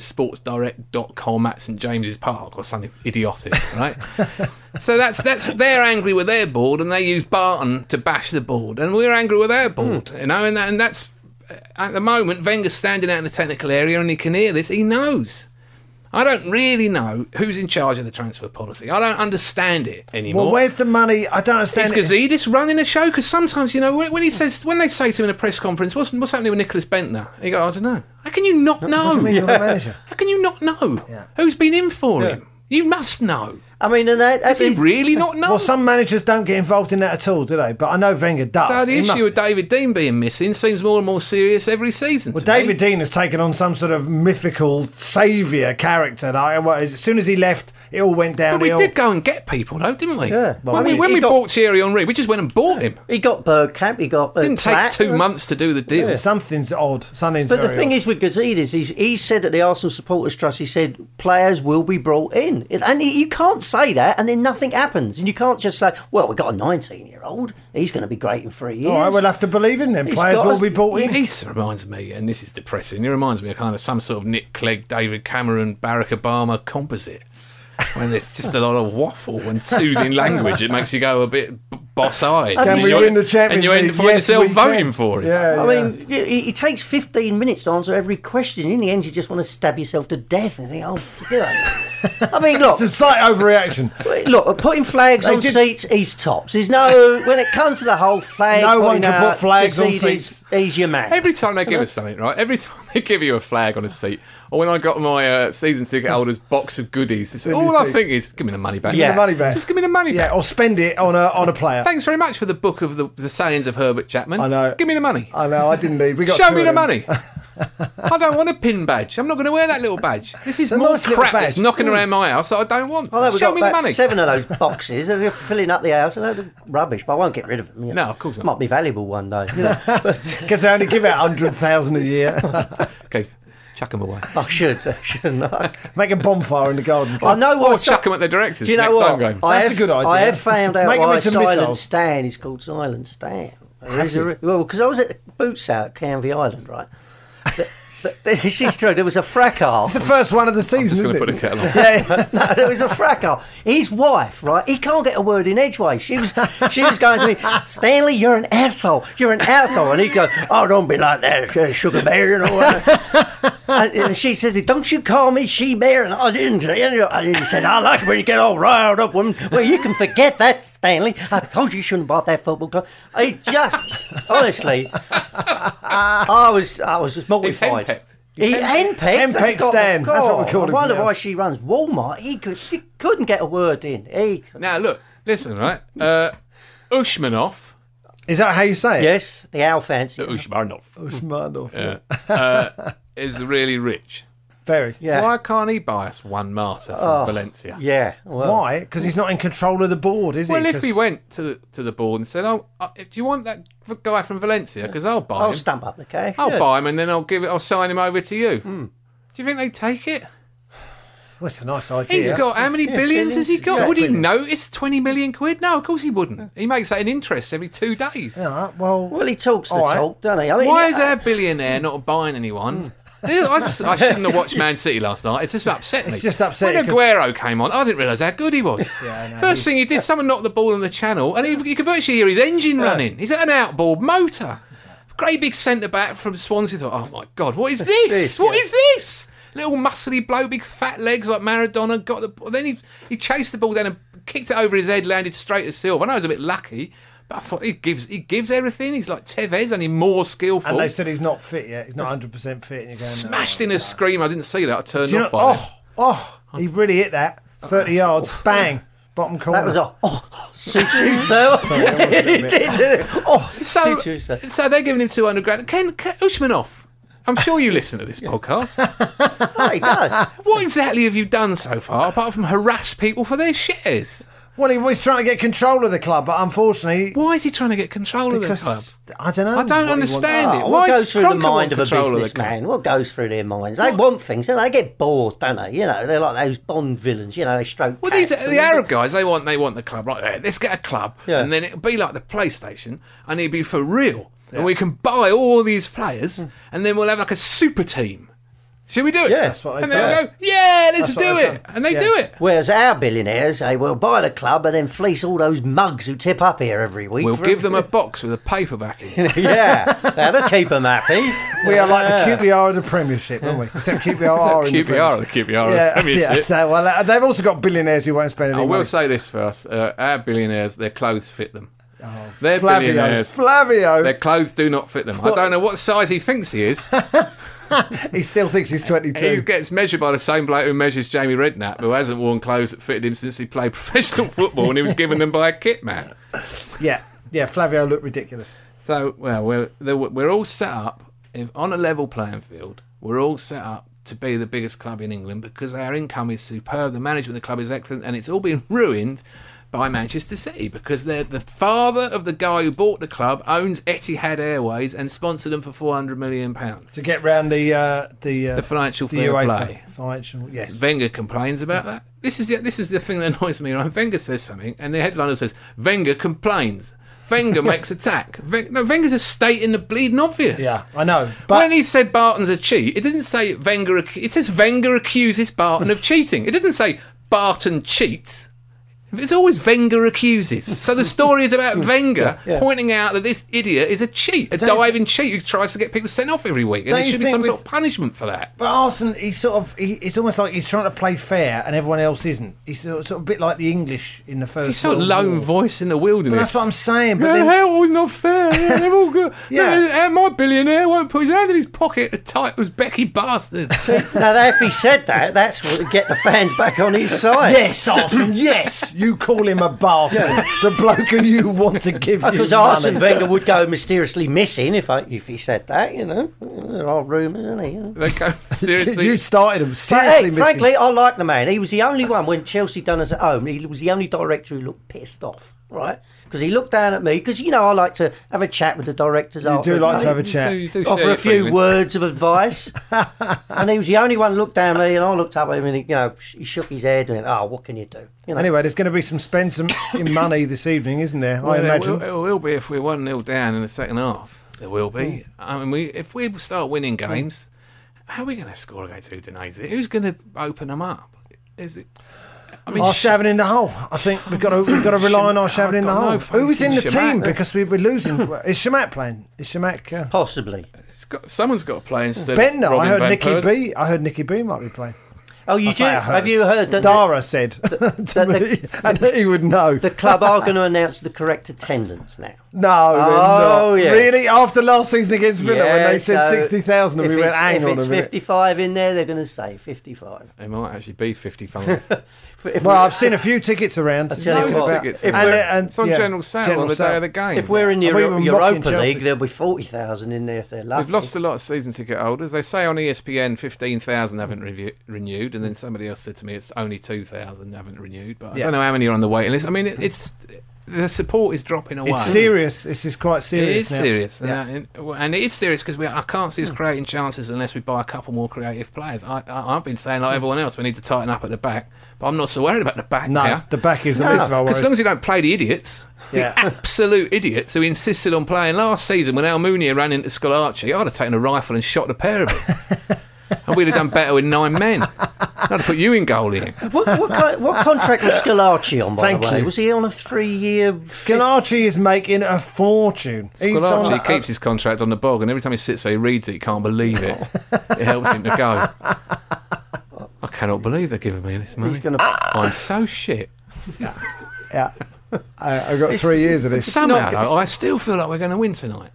[SPEAKER 2] sportsdirect.com at St James's Park or something idiotic, right? so that's that's they're angry with their board and they use Barton to bash the board and we're angry with our board,
[SPEAKER 3] Mm.
[SPEAKER 2] you know, and that, and that's uh, at the moment Wenger's standing out in the technical area and he can hear this, he knows. I don't really know who's in charge of the transfer policy. I don't understand it anymore.
[SPEAKER 3] Well, where's the money? I don't
[SPEAKER 2] Is
[SPEAKER 3] understand. it.
[SPEAKER 2] Gazidis running the show? Because sometimes, you know, when, when he says, when they say to him in a press conference, what's, what's happening with Nicholas Bentner? You go, I don't know. How can you not
[SPEAKER 3] What do you
[SPEAKER 2] know?
[SPEAKER 3] mean you're the manager?
[SPEAKER 2] How can you not know?
[SPEAKER 3] Yeah.
[SPEAKER 2] Who's been in for him? You must know.
[SPEAKER 4] I mean, and that,
[SPEAKER 2] Does he
[SPEAKER 4] that's-
[SPEAKER 2] really not know?
[SPEAKER 3] Well, some managers don't get involved in that at all, do they? But I know Wenger does.
[SPEAKER 2] so the
[SPEAKER 3] He must
[SPEAKER 2] issue of
[SPEAKER 3] be.
[SPEAKER 2] David Dean being missing seems more and more serious every season.
[SPEAKER 3] Well,
[SPEAKER 2] to me.
[SPEAKER 3] David Dean has taken on some sort of mythical saviour character. Like, well, as soon as he left, it all went
[SPEAKER 2] But we
[SPEAKER 3] downhill.
[SPEAKER 2] did go and get people, though, didn't we?
[SPEAKER 4] Yeah.
[SPEAKER 2] When
[SPEAKER 4] Well, I
[SPEAKER 2] we,
[SPEAKER 4] mean,
[SPEAKER 2] when
[SPEAKER 4] he
[SPEAKER 2] we
[SPEAKER 4] got-
[SPEAKER 2] bought Thierry Henry, we just went and bought him.
[SPEAKER 4] He got Bergkamp. He got. Uh,
[SPEAKER 2] Didn't take
[SPEAKER 4] Platt.
[SPEAKER 2] two months to do the deal.
[SPEAKER 3] Something's odd. Something's
[SPEAKER 4] But the
[SPEAKER 3] very
[SPEAKER 4] thing
[SPEAKER 3] odd.
[SPEAKER 4] is with Gazidis, he's, he said at the Arsenal Supporters Trust, he said players will be brought in, It- and he, you can't say that, and then nothing happens. And you can't just say, "Well, we got a 19-year-old; he's going to be great in three years."
[SPEAKER 3] All right, we'll have to believe in them.
[SPEAKER 4] He's
[SPEAKER 3] Players
[SPEAKER 4] got
[SPEAKER 3] will
[SPEAKER 4] us-
[SPEAKER 3] be bought in.
[SPEAKER 2] He sort of reminds me, and this is depressing, he reminds me of kind of some sort of Nick Clegg, David Cameron, Barack Obama composite. When there's just a lot of waffle and soothing language, it makes you go a bit b- boss-eyed.
[SPEAKER 3] Can
[SPEAKER 2] And
[SPEAKER 3] we
[SPEAKER 2] you-
[SPEAKER 3] win the Champions
[SPEAKER 2] And you end
[SPEAKER 3] League?
[SPEAKER 2] up finding
[SPEAKER 3] Yes,
[SPEAKER 2] yourself
[SPEAKER 3] we can.
[SPEAKER 2] voting for it.
[SPEAKER 3] Yeah,
[SPEAKER 4] I
[SPEAKER 3] yeah.
[SPEAKER 4] mean, y- it, it takes 15 minutes to answer every question. In the end, you just want to stab yourself to death and think, "Oh, God." I mean, look,
[SPEAKER 3] it's a slight overreaction.
[SPEAKER 4] look, putting flags on
[SPEAKER 3] did-
[SPEAKER 4] seats is tops. There's no when it comes to the whole flag.
[SPEAKER 3] No one
[SPEAKER 4] putting
[SPEAKER 3] can put
[SPEAKER 4] out
[SPEAKER 3] flags on
[SPEAKER 4] Mercedes,
[SPEAKER 3] seats.
[SPEAKER 4] He's your man.
[SPEAKER 2] Every time they give us something, right? Every time they give you a flag on a seat, or when I got my uh, season ticket holders box of goodies, it's, all I
[SPEAKER 3] think-
[SPEAKER 2] think is, give me the money back.
[SPEAKER 4] Yeah.
[SPEAKER 3] The money back.
[SPEAKER 2] Just give me the money
[SPEAKER 3] yeah,
[SPEAKER 2] back.
[SPEAKER 3] or spend it on a on a player.
[SPEAKER 2] Thanks very much for the book of the, the sayings of Herbert Chapman.
[SPEAKER 3] I know.
[SPEAKER 2] Give me the money.
[SPEAKER 3] I know. I didn't need. We got
[SPEAKER 2] Show
[SPEAKER 3] two
[SPEAKER 2] me
[SPEAKER 3] of
[SPEAKER 2] the
[SPEAKER 3] them.
[SPEAKER 2] money. I don't want a pin badge. I'm not going to wear that little badge. This is
[SPEAKER 3] a
[SPEAKER 2] more
[SPEAKER 3] nice little
[SPEAKER 2] crap that's
[SPEAKER 3] badge.
[SPEAKER 2] knocking around my house that I don't want.
[SPEAKER 4] I know Mm. Oh, we've
[SPEAKER 2] Show
[SPEAKER 4] got
[SPEAKER 2] me the
[SPEAKER 4] about
[SPEAKER 2] money.
[SPEAKER 4] seven of those boxes. and They're filling up the house. and they're rubbish, but I won't get rid of them. you know.
[SPEAKER 2] No, of course not.
[SPEAKER 4] Might be valuable one day. you know.
[SPEAKER 3] Because they only give out hundred thousand a year.
[SPEAKER 2] Okay, chuck them away.
[SPEAKER 4] I should, I shouldn't. I
[SPEAKER 3] Make a bonfire in the garden.
[SPEAKER 4] I know what.
[SPEAKER 2] Or chuck them at the directors
[SPEAKER 4] Oh, Do you know
[SPEAKER 2] next
[SPEAKER 4] what?
[SPEAKER 2] time going.
[SPEAKER 4] I
[SPEAKER 3] That's
[SPEAKER 4] have,
[SPEAKER 3] a good idea.
[SPEAKER 4] I have found out
[SPEAKER 3] Make 'em
[SPEAKER 4] why
[SPEAKER 3] into
[SPEAKER 4] Silent
[SPEAKER 3] missiles.
[SPEAKER 4] Stan is called Silent Stan. There's a re- well, because I was at the boot sale at Canvey Island, right? But- but this is true. There was a fracas.
[SPEAKER 3] It's the first one of the season,
[SPEAKER 2] Just going
[SPEAKER 3] isn't
[SPEAKER 2] to put a kettle
[SPEAKER 3] it?
[SPEAKER 2] on.
[SPEAKER 3] Yeah,
[SPEAKER 4] no, there was a fracas. His wife, right? He can't get a word in edgeways. She was, she was going to me, Stanley, you're an asshole. You're an asshole. And he goes, Oh, don't be like that, uh, sugar bear, and all that. and, and she says, Don't you call me she bear? And I didn't. And he said, I like it when you get all riled up, woman. Well, you can forget that, Stanley. I told you you shouldn't buy that football club. He just, honestly, I was, I was just mortified.
[SPEAKER 2] henpecked.
[SPEAKER 4] He henpecked.
[SPEAKER 3] henpecked
[SPEAKER 4] that's got-
[SPEAKER 3] Stan, that's what we
[SPEAKER 4] God,
[SPEAKER 3] call him
[SPEAKER 4] I wonder
[SPEAKER 3] now.
[SPEAKER 4] why she runs Walmart. He, could, he couldn't get a word in. He
[SPEAKER 2] Now, look, listen, right? Uh, Ushmanov.
[SPEAKER 3] is that how you say it?
[SPEAKER 4] yes, the owl fancy.
[SPEAKER 2] Ushmanov.
[SPEAKER 3] Smart enough. Yeah.
[SPEAKER 2] is really rich.
[SPEAKER 3] Very.
[SPEAKER 4] Yeah, Oh,
[SPEAKER 2] Why can't he buy us one martyr from Valencia?
[SPEAKER 4] yeah. Well,
[SPEAKER 3] Why? Because he's not in control of the board, is
[SPEAKER 2] Well,
[SPEAKER 3] he?
[SPEAKER 2] if
[SPEAKER 3] 'Cause-
[SPEAKER 2] we went to the, to the board and said, "Oh, uh, do you want that f- guy from Valencia? Because I'll buy
[SPEAKER 4] I'll
[SPEAKER 2] him.
[SPEAKER 4] stump up the cash.
[SPEAKER 2] I'll
[SPEAKER 4] yeah.
[SPEAKER 2] buy him, and then I'll give it. I'll sign him over to you."
[SPEAKER 3] Hmm.
[SPEAKER 2] Do you think they take it?
[SPEAKER 3] well, it's a nice idea.
[SPEAKER 2] He's got how many billions has he got?
[SPEAKER 3] Yeah,
[SPEAKER 2] Would he
[SPEAKER 3] billions.
[SPEAKER 2] notice twenty million quid? No, of course he wouldn't. He makes that in interest every two days.
[SPEAKER 3] All right, well,
[SPEAKER 4] Well, he talks the
[SPEAKER 3] All right.
[SPEAKER 4] talk, doesn't he? I mean,
[SPEAKER 2] Why is
[SPEAKER 4] uh,
[SPEAKER 2] our billionaire not buying
[SPEAKER 3] Hmm.
[SPEAKER 2] anyone? I, s- I shouldn't have watched Man City last night. It's just upset me.
[SPEAKER 3] It's just upsetting
[SPEAKER 2] When
[SPEAKER 3] 'cause-
[SPEAKER 2] Aguero came on, I didn't realise how good he was. First thing he did, someone knocked the ball on the channel, and he, you could virtually hear his engine running. He's at an outboard motor. Great big centre back from Swansea. Thought, oh my god, what is this?
[SPEAKER 4] This,
[SPEAKER 2] What
[SPEAKER 4] yeah.
[SPEAKER 2] is this? Little muscly bloke, big fat legs like Maradona. Got the ball. Then he he chased the ball down and kicked it over his head, landed straight to Silva. I know I was a bit lucky. But I thought he gives he gives everything. He's like Tevez, only more skillful
[SPEAKER 3] and they said he's not fit yet. He's not 100% fit. And you're going,
[SPEAKER 2] smashed in a scream. I didn't see that. I
[SPEAKER 3] "Oh."
[SPEAKER 2] turned
[SPEAKER 3] Do you know,
[SPEAKER 2] off by that.
[SPEAKER 3] oh, oh, he really hit that. 30 yards. Bang. Bottom corner.
[SPEAKER 4] That was a oh, suits you so. He did, didn't he? Oh,
[SPEAKER 2] So,
[SPEAKER 4] suits you so.
[SPEAKER 2] so they're giving him 200 grand. Ken, Ken Ushmanov, I'm sure you listen to this podcast.
[SPEAKER 4] Oh, he does.
[SPEAKER 2] What exactly have you done so far apart from harass people for their shares?
[SPEAKER 3] Well, he was trying to get control of the club, but unfortunately,
[SPEAKER 2] Why is he trying to get control of the club?
[SPEAKER 3] because I don't know.
[SPEAKER 2] I don't
[SPEAKER 3] what he wants.
[SPEAKER 2] understand it.
[SPEAKER 4] Oh,
[SPEAKER 2] Why
[SPEAKER 4] what
[SPEAKER 2] is
[SPEAKER 4] goes through the
[SPEAKER 2] Kroenke want
[SPEAKER 4] mind of a
[SPEAKER 2] control the club?
[SPEAKER 4] businessman? What goes through their minds? They want things, and they get bored, don't they? You know, they're like those Bond villains. You know, they stroke.
[SPEAKER 2] Well, these
[SPEAKER 4] cats
[SPEAKER 2] are
[SPEAKER 4] and
[SPEAKER 2] the
[SPEAKER 4] they-
[SPEAKER 2] Arab guys. They want they want the club right there. Let's get a club,
[SPEAKER 4] Yeah.
[SPEAKER 2] and then it'll be like the PlayStation, and it'll be for real, and we can buy all these players, and then we'll have like a super team. Should we do it?
[SPEAKER 4] Yeah, that's
[SPEAKER 3] what they
[SPEAKER 2] and they'll
[SPEAKER 3] do.
[SPEAKER 2] go, yeah, let's
[SPEAKER 3] That's what
[SPEAKER 2] do
[SPEAKER 3] they've
[SPEAKER 2] it,
[SPEAKER 3] done.
[SPEAKER 2] and they
[SPEAKER 3] Yeah.
[SPEAKER 2] do it.
[SPEAKER 4] Whereas our billionaires say, well, buy the club and then fleece all those mugs who tip up here every week.
[SPEAKER 2] We'll
[SPEAKER 4] for-
[SPEAKER 2] give them a box with a paper back in. it.
[SPEAKER 4] yeah, that'll keep them happy.
[SPEAKER 3] We are like the QPR of the Premiership, aren't we? Except QPR are in the
[SPEAKER 2] QPR,
[SPEAKER 3] Premiership.
[SPEAKER 2] the QPR, of the
[SPEAKER 3] Yeah, yeah,
[SPEAKER 2] Premiership.
[SPEAKER 3] they- well, uh, they've also got billionaires who won't spend any
[SPEAKER 2] I will
[SPEAKER 3] money.
[SPEAKER 2] say this first: uh, our billionaires, their clothes fit them. They're
[SPEAKER 3] Oh, Flavio,
[SPEAKER 2] billionaires. Their
[SPEAKER 3] Flavio,
[SPEAKER 2] clothes do not fit them. I don't know what size he thinks he is.
[SPEAKER 3] he still thinks he's
[SPEAKER 2] He
[SPEAKER 3] 22.
[SPEAKER 2] gets measured by the same bloke who measures Jamie Redknapp, who hasn't worn clothes that fitted him since he played professional football and he was given them by a kit man.
[SPEAKER 3] Yeah, yeah, Flavio looked ridiculous.
[SPEAKER 2] So, well, we're, the- we're all set up if, on a level playing field. We're all set up to be the biggest club in England because our income is superb, the management of the club is excellent, and it's all been ruined by Manchester City because they're the father of the guy who bought the club owns Etihad Airways and sponsored them for 400 million pounds.
[SPEAKER 3] to get round the uh, the uh,
[SPEAKER 2] The financial
[SPEAKER 3] the
[SPEAKER 2] fair
[SPEAKER 3] UEFA
[SPEAKER 2] play.
[SPEAKER 3] financial yes.
[SPEAKER 2] Wenger complains about that. This is the, this is the thing that annoys me. Right? Wenger says something, and the headliner says Wenger complains. Wenger makes attack. Ven- no, Wenger's just stating the bleeding obvious.
[SPEAKER 3] Yeah, I know. But
[SPEAKER 2] when he said Barton's a cheat, it didn't say Wenger. ac- It says Wenger accuses Barton of cheating. It doesn't say Barton cheats. It's always Wenger accuses. So the story is about Wenger pointing out that this idiot is a cheat, a
[SPEAKER 3] Don't-
[SPEAKER 2] diving cheat who tries to get people sent off every week, and
[SPEAKER 3] Don't
[SPEAKER 2] there
[SPEAKER 3] you
[SPEAKER 2] should be
[SPEAKER 3] think
[SPEAKER 2] some
[SPEAKER 3] with-
[SPEAKER 2] sort of punishment for that.
[SPEAKER 3] But Arsene, he sort of, he, it's almost like he's trying to play fair and everyone else isn't. He's sort of, sort of a bit like the English in the first.
[SPEAKER 2] He's sort of
[SPEAKER 3] World
[SPEAKER 2] lone
[SPEAKER 3] War.
[SPEAKER 2] voice in the wilderness.
[SPEAKER 3] Well, that's what I'm saying. But
[SPEAKER 2] yeah,
[SPEAKER 3] then,
[SPEAKER 2] hell, it's not fair. Yeah, they're all good.
[SPEAKER 3] Yeah.
[SPEAKER 2] yeah. my billionaire won't put his hand in his pocket to tight was Becky Bastard.
[SPEAKER 4] Now, that- if he said that, that's what get the fans back on his side.
[SPEAKER 3] yes, Arsene, yes, you call him a bastard, the bloke who you want to give you
[SPEAKER 4] Because
[SPEAKER 3] money.
[SPEAKER 4] Arsene Wenger would go mysteriously missing if I, if he said that, you know. There are rumours, isn't he?
[SPEAKER 2] they go, seriously.
[SPEAKER 3] you started him
[SPEAKER 4] But,
[SPEAKER 3] seriously.
[SPEAKER 4] hey,
[SPEAKER 3] missing.
[SPEAKER 4] frankly, I like the man. He was the only one when Chelsea done us at home. He was the only director who looked pissed off, right? Because he looked down at me. Because you know, I like to have a chat with the directors.
[SPEAKER 3] you do like to have a
[SPEAKER 2] You do- you
[SPEAKER 3] chat.
[SPEAKER 2] do share
[SPEAKER 4] offer
[SPEAKER 2] your
[SPEAKER 4] a few
[SPEAKER 2] feelings.
[SPEAKER 4] words of advice. and he was the only one who looked down at me, and I looked up at him, and he, you know, sh- he shook his head and, oh, what can you do? You know,
[SPEAKER 3] Anyway, there's going to be some spend some in money this evening, isn't there? I
[SPEAKER 2] Well,
[SPEAKER 3] imagine.
[SPEAKER 2] It will, it will be if we're 1 0 down in the second half. There will be. I mean, we, if we start winning games, how are we going to score against Udinese? Who's going to open them up? Is it. I mean,
[SPEAKER 3] Our
[SPEAKER 2] sh-
[SPEAKER 3] shaving in the hole. I think we've got to we've got to rely on our
[SPEAKER 2] I've
[SPEAKER 3] shaving in the
[SPEAKER 2] got no
[SPEAKER 3] hole. Who was in the
[SPEAKER 2] fucking Shamak.
[SPEAKER 3] team? Because we were losing. Is Shamak playing? Is Shamak? Uh,
[SPEAKER 4] possibly.
[SPEAKER 2] it's got, someone's got to play instead
[SPEAKER 3] Bender.
[SPEAKER 2] of Robin
[SPEAKER 3] I heard
[SPEAKER 2] Van
[SPEAKER 3] Nicky
[SPEAKER 2] Persie.
[SPEAKER 3] B. I heard Nicky B. might be playing.
[SPEAKER 4] Oh, you
[SPEAKER 3] I
[SPEAKER 4] do?
[SPEAKER 3] say I heard.
[SPEAKER 4] Have you heard that the,
[SPEAKER 3] Dara said to
[SPEAKER 4] that the-
[SPEAKER 3] me, and he would know.
[SPEAKER 4] the club are going to announce the correct attendance now?
[SPEAKER 3] no, we're
[SPEAKER 4] Oh,
[SPEAKER 3] not.
[SPEAKER 4] yes.
[SPEAKER 3] really. After last season against Villa, when
[SPEAKER 4] Yeah,
[SPEAKER 3] they said
[SPEAKER 4] so
[SPEAKER 3] sixty thousand, and
[SPEAKER 4] if
[SPEAKER 3] we went,
[SPEAKER 4] it's-
[SPEAKER 3] "Hang
[SPEAKER 4] If
[SPEAKER 3] on a
[SPEAKER 4] it's
[SPEAKER 3] minute."
[SPEAKER 4] 55 in there, they're going to say 55.
[SPEAKER 2] It might actually be 55.
[SPEAKER 4] If- if
[SPEAKER 3] Well,
[SPEAKER 4] we-
[SPEAKER 3] I've seen a few tickets around.
[SPEAKER 4] tell you
[SPEAKER 3] Loads
[SPEAKER 4] what,
[SPEAKER 3] about-
[SPEAKER 2] tickets
[SPEAKER 4] if
[SPEAKER 2] around.
[SPEAKER 3] uh,
[SPEAKER 2] it's on
[SPEAKER 3] yeah,
[SPEAKER 2] general sale
[SPEAKER 3] general
[SPEAKER 2] on the day
[SPEAKER 3] sale.
[SPEAKER 2] of the game.
[SPEAKER 4] If we're in the
[SPEAKER 3] I mean,
[SPEAKER 4] Euro-
[SPEAKER 3] we're
[SPEAKER 4] Europa
[SPEAKER 3] mocking Chelsea.
[SPEAKER 4] League, there'll be 40,000 in there if they're lucky.
[SPEAKER 2] We've lost a lot of season ticket holders. They say on E ESPN 15,000 haven't revu- renewed, and then somebody else said to me it's only 2,000 haven't renewed. But I
[SPEAKER 3] Yeah.
[SPEAKER 2] don't know how many are on the waiting list. I mean, it, it's the support is dropping away.
[SPEAKER 3] It's serious. This is quite serious.
[SPEAKER 2] It is
[SPEAKER 3] now.
[SPEAKER 2] serious,
[SPEAKER 3] Yeah. Hmm.
[SPEAKER 2] and, uh, and it is serious because I can't see us creating chances unless we buy a couple more creative players. I, I, I've been saying like everyone else, we need to tighten up at the back, but I'm not so worried about the back
[SPEAKER 3] No,
[SPEAKER 2] now. Ah.
[SPEAKER 3] the back is the least of our
[SPEAKER 2] As long
[SPEAKER 3] worries.
[SPEAKER 2] as you don't play the idiots,
[SPEAKER 3] Yeah.
[SPEAKER 2] the absolute idiots who insisted on playing last season when Almunia ran into Scolarci, I'd have taken a rifle and shot the pair of them. and we'd have done better with nine men. I'd have put you in goal in.
[SPEAKER 4] what, what, kind- what contract was Scalacci on, by
[SPEAKER 3] Thank
[SPEAKER 4] the way?
[SPEAKER 3] you.
[SPEAKER 4] Was he on a three-year...
[SPEAKER 3] Gennacci is making a fortune. He's on
[SPEAKER 2] Scolarci
[SPEAKER 3] a-
[SPEAKER 2] keeps his contract on the bog, and every time he sits there, he reads it, he can't believe it. it helps him to go. I cannot believe they're giving me this money.
[SPEAKER 4] He's going to...
[SPEAKER 2] I'm so shit.
[SPEAKER 3] Yeah. I, I've got three years of this.
[SPEAKER 2] Somehow, though, I still feel like we're going to win tonight.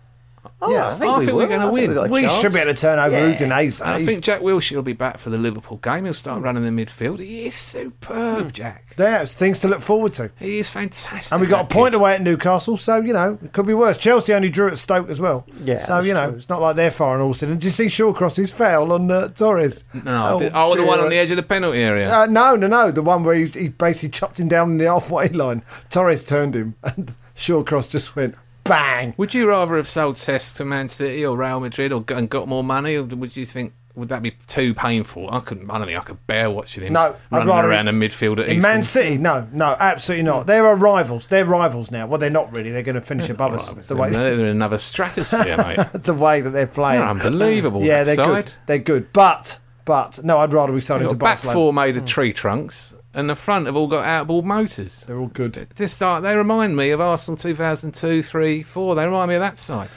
[SPEAKER 4] Oh,
[SPEAKER 3] Yeah.
[SPEAKER 4] I think,
[SPEAKER 2] I
[SPEAKER 4] we
[SPEAKER 2] think
[SPEAKER 4] will.
[SPEAKER 2] we're gonna
[SPEAKER 4] I think
[SPEAKER 2] win.
[SPEAKER 4] we've got a
[SPEAKER 3] We
[SPEAKER 4] chance.
[SPEAKER 3] should be able to turn over
[SPEAKER 4] Yeah.
[SPEAKER 3] Udinese. eh?
[SPEAKER 2] And I think Jack Wilshere will be back for the Liverpool game. He'll start running the midfield. He is superb, Jack.
[SPEAKER 3] There's things to look forward to.
[SPEAKER 2] He is fantastic.
[SPEAKER 3] And we got a
[SPEAKER 2] that
[SPEAKER 3] point
[SPEAKER 2] kid.
[SPEAKER 3] away at Newcastle, so, you know, it could be worse. Chelsea only drew at Stoke as well.
[SPEAKER 4] Yeah,
[SPEAKER 3] So,
[SPEAKER 4] that's
[SPEAKER 3] you know,
[SPEAKER 4] true.
[SPEAKER 3] it's not like they're far and all sin. And did you see Shawcross's foul on uh, Torres?
[SPEAKER 2] No, oh, oh the
[SPEAKER 3] dear.
[SPEAKER 2] one on the edge of the penalty area.
[SPEAKER 3] Uh, no, no, no. The one where he, he basically chopped him down in the halfway line. Torres turned him, and Shawcross just went bang.
[SPEAKER 2] would you rather have sold Cesc to Man City or Real Madrid or got, and got more money, or would you think would that be too painful? I couldn't. I don't think I could bear watching him.
[SPEAKER 3] No, I'd
[SPEAKER 2] running
[SPEAKER 3] rather-
[SPEAKER 2] around a midfield at
[SPEAKER 3] In
[SPEAKER 2] Easton.
[SPEAKER 3] Man City, no, no, absolutely not. They're our rivals. They're rivals now. Well, they're not really. They're going to finish above us the
[SPEAKER 2] They're-
[SPEAKER 3] way,
[SPEAKER 2] They're in another stratosphere, mate.
[SPEAKER 3] the way that they're playing.
[SPEAKER 2] They're unbelievable.
[SPEAKER 3] yeah,
[SPEAKER 2] that
[SPEAKER 3] they're
[SPEAKER 2] side.
[SPEAKER 3] good. They're good. But, but no, I'd rather be sold
[SPEAKER 2] They've
[SPEAKER 3] into
[SPEAKER 2] got back
[SPEAKER 3] Barcelona. Hmm.
[SPEAKER 2] four made of tree trunks, and the front have all got outboard motors.
[SPEAKER 3] They're all good.
[SPEAKER 2] Just start. They remind me of Arsenal 2002, 3, 4. They remind me of that side.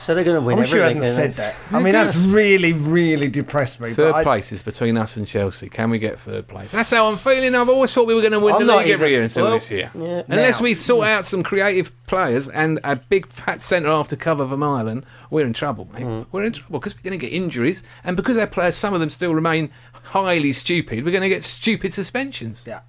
[SPEAKER 4] So they're going to
[SPEAKER 3] I
[SPEAKER 4] win
[SPEAKER 3] wish you
[SPEAKER 4] everything.
[SPEAKER 3] hadn't
[SPEAKER 4] don't
[SPEAKER 3] said
[SPEAKER 4] they?
[SPEAKER 3] that. I mean, that's really, really depressed me.
[SPEAKER 2] Third
[SPEAKER 3] but I-
[SPEAKER 2] place is between us and Chelsea. Can we get third place? That's how I'm feeling. I've always thought we were going to win
[SPEAKER 4] I'm
[SPEAKER 2] the
[SPEAKER 4] not
[SPEAKER 2] league every
[SPEAKER 4] even-
[SPEAKER 2] year until
[SPEAKER 4] well,
[SPEAKER 2] this year.
[SPEAKER 4] yeah.
[SPEAKER 2] Unless
[SPEAKER 3] Now-
[SPEAKER 2] we sort out some creative players and a big fat centre half to cover Van Meulen, we're in trouble, mate. We're in trouble because we're going to get injuries, and because our players, some of them still remain highly stupid, we're going to get stupid suspensions.
[SPEAKER 3] Yeah.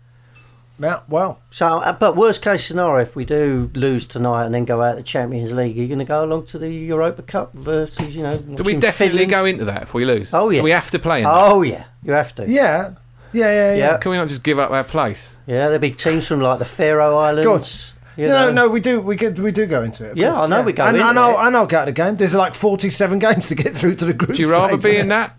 [SPEAKER 3] Yeah, well,
[SPEAKER 4] So, uh, but worst case scenario, if we do lose tonight and then go out of the Champions League, you're going to go along to the Europa Cup versus, you know...
[SPEAKER 2] Do we definitely go into that if we lose?
[SPEAKER 4] Oh, yeah.
[SPEAKER 2] Do we have to play in that?
[SPEAKER 4] Oh, yeah. You have to.
[SPEAKER 3] yeah. Yeah, yeah, yeah.
[SPEAKER 4] Yeah.
[SPEAKER 2] Can we not just give up our place?
[SPEAKER 4] Yeah, there'll be teams from like the Faroe Islands. you
[SPEAKER 3] no,
[SPEAKER 4] know.
[SPEAKER 3] no, we do, we could, we do go into it. of
[SPEAKER 4] Yeah,
[SPEAKER 3] course,
[SPEAKER 4] I know we go
[SPEAKER 3] and,
[SPEAKER 4] into
[SPEAKER 3] and I'll,
[SPEAKER 4] it.
[SPEAKER 3] and I'll go out of the game. There's like 47 games to get through to the group.
[SPEAKER 2] Would you rather
[SPEAKER 3] stage.
[SPEAKER 2] be in that?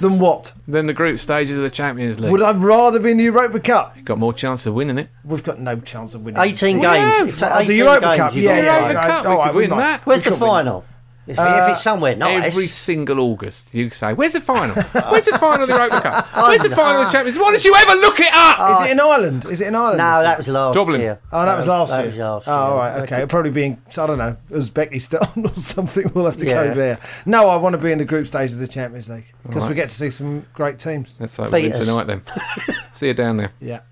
[SPEAKER 3] Then what?
[SPEAKER 2] Then the group stages of the Champions League.
[SPEAKER 3] Would I rather be in the Europa Cup?
[SPEAKER 2] Got more chance of winning it.
[SPEAKER 3] We've got no chance of winning.
[SPEAKER 4] 18
[SPEAKER 3] We
[SPEAKER 4] games.
[SPEAKER 3] have.
[SPEAKER 4] It's
[SPEAKER 3] Oh,
[SPEAKER 4] 18
[SPEAKER 3] the Europa
[SPEAKER 4] games
[SPEAKER 3] Cup.
[SPEAKER 4] you've
[SPEAKER 3] Yeah,
[SPEAKER 4] got
[SPEAKER 3] yeah. Oh,
[SPEAKER 4] to
[SPEAKER 2] Europa
[SPEAKER 3] yeah.
[SPEAKER 2] Cup,
[SPEAKER 3] All
[SPEAKER 2] we
[SPEAKER 3] right,
[SPEAKER 2] could
[SPEAKER 3] we
[SPEAKER 2] win
[SPEAKER 3] might.
[SPEAKER 2] that.
[SPEAKER 4] Where's the
[SPEAKER 3] could win. Uh,
[SPEAKER 4] final? If, if it's somewhere nice.
[SPEAKER 2] Every single August, you say, "Where's the final? Where's the final of the Europa Cup? Where's the final of the Champions? League? Why did you ever look it up?"
[SPEAKER 4] Uh,
[SPEAKER 3] Is it in Ireland? Is it in Ireland?
[SPEAKER 4] no, that was last
[SPEAKER 2] Dublin.
[SPEAKER 4] year.
[SPEAKER 3] Oh, that was last
[SPEAKER 4] that
[SPEAKER 3] year.
[SPEAKER 4] was last
[SPEAKER 3] Oh, all
[SPEAKER 4] year.
[SPEAKER 3] right, okay. It'll probably be in, I don't know, Uzbekistan or something. We'll have to
[SPEAKER 4] Yeah.
[SPEAKER 3] go there. No, I want to be in the group stage of the Champions League because
[SPEAKER 2] All right.
[SPEAKER 3] we get to see some great teams.
[SPEAKER 2] That's like win
[SPEAKER 4] Beat us.
[SPEAKER 2] tonight then. See you down there.
[SPEAKER 3] Yeah.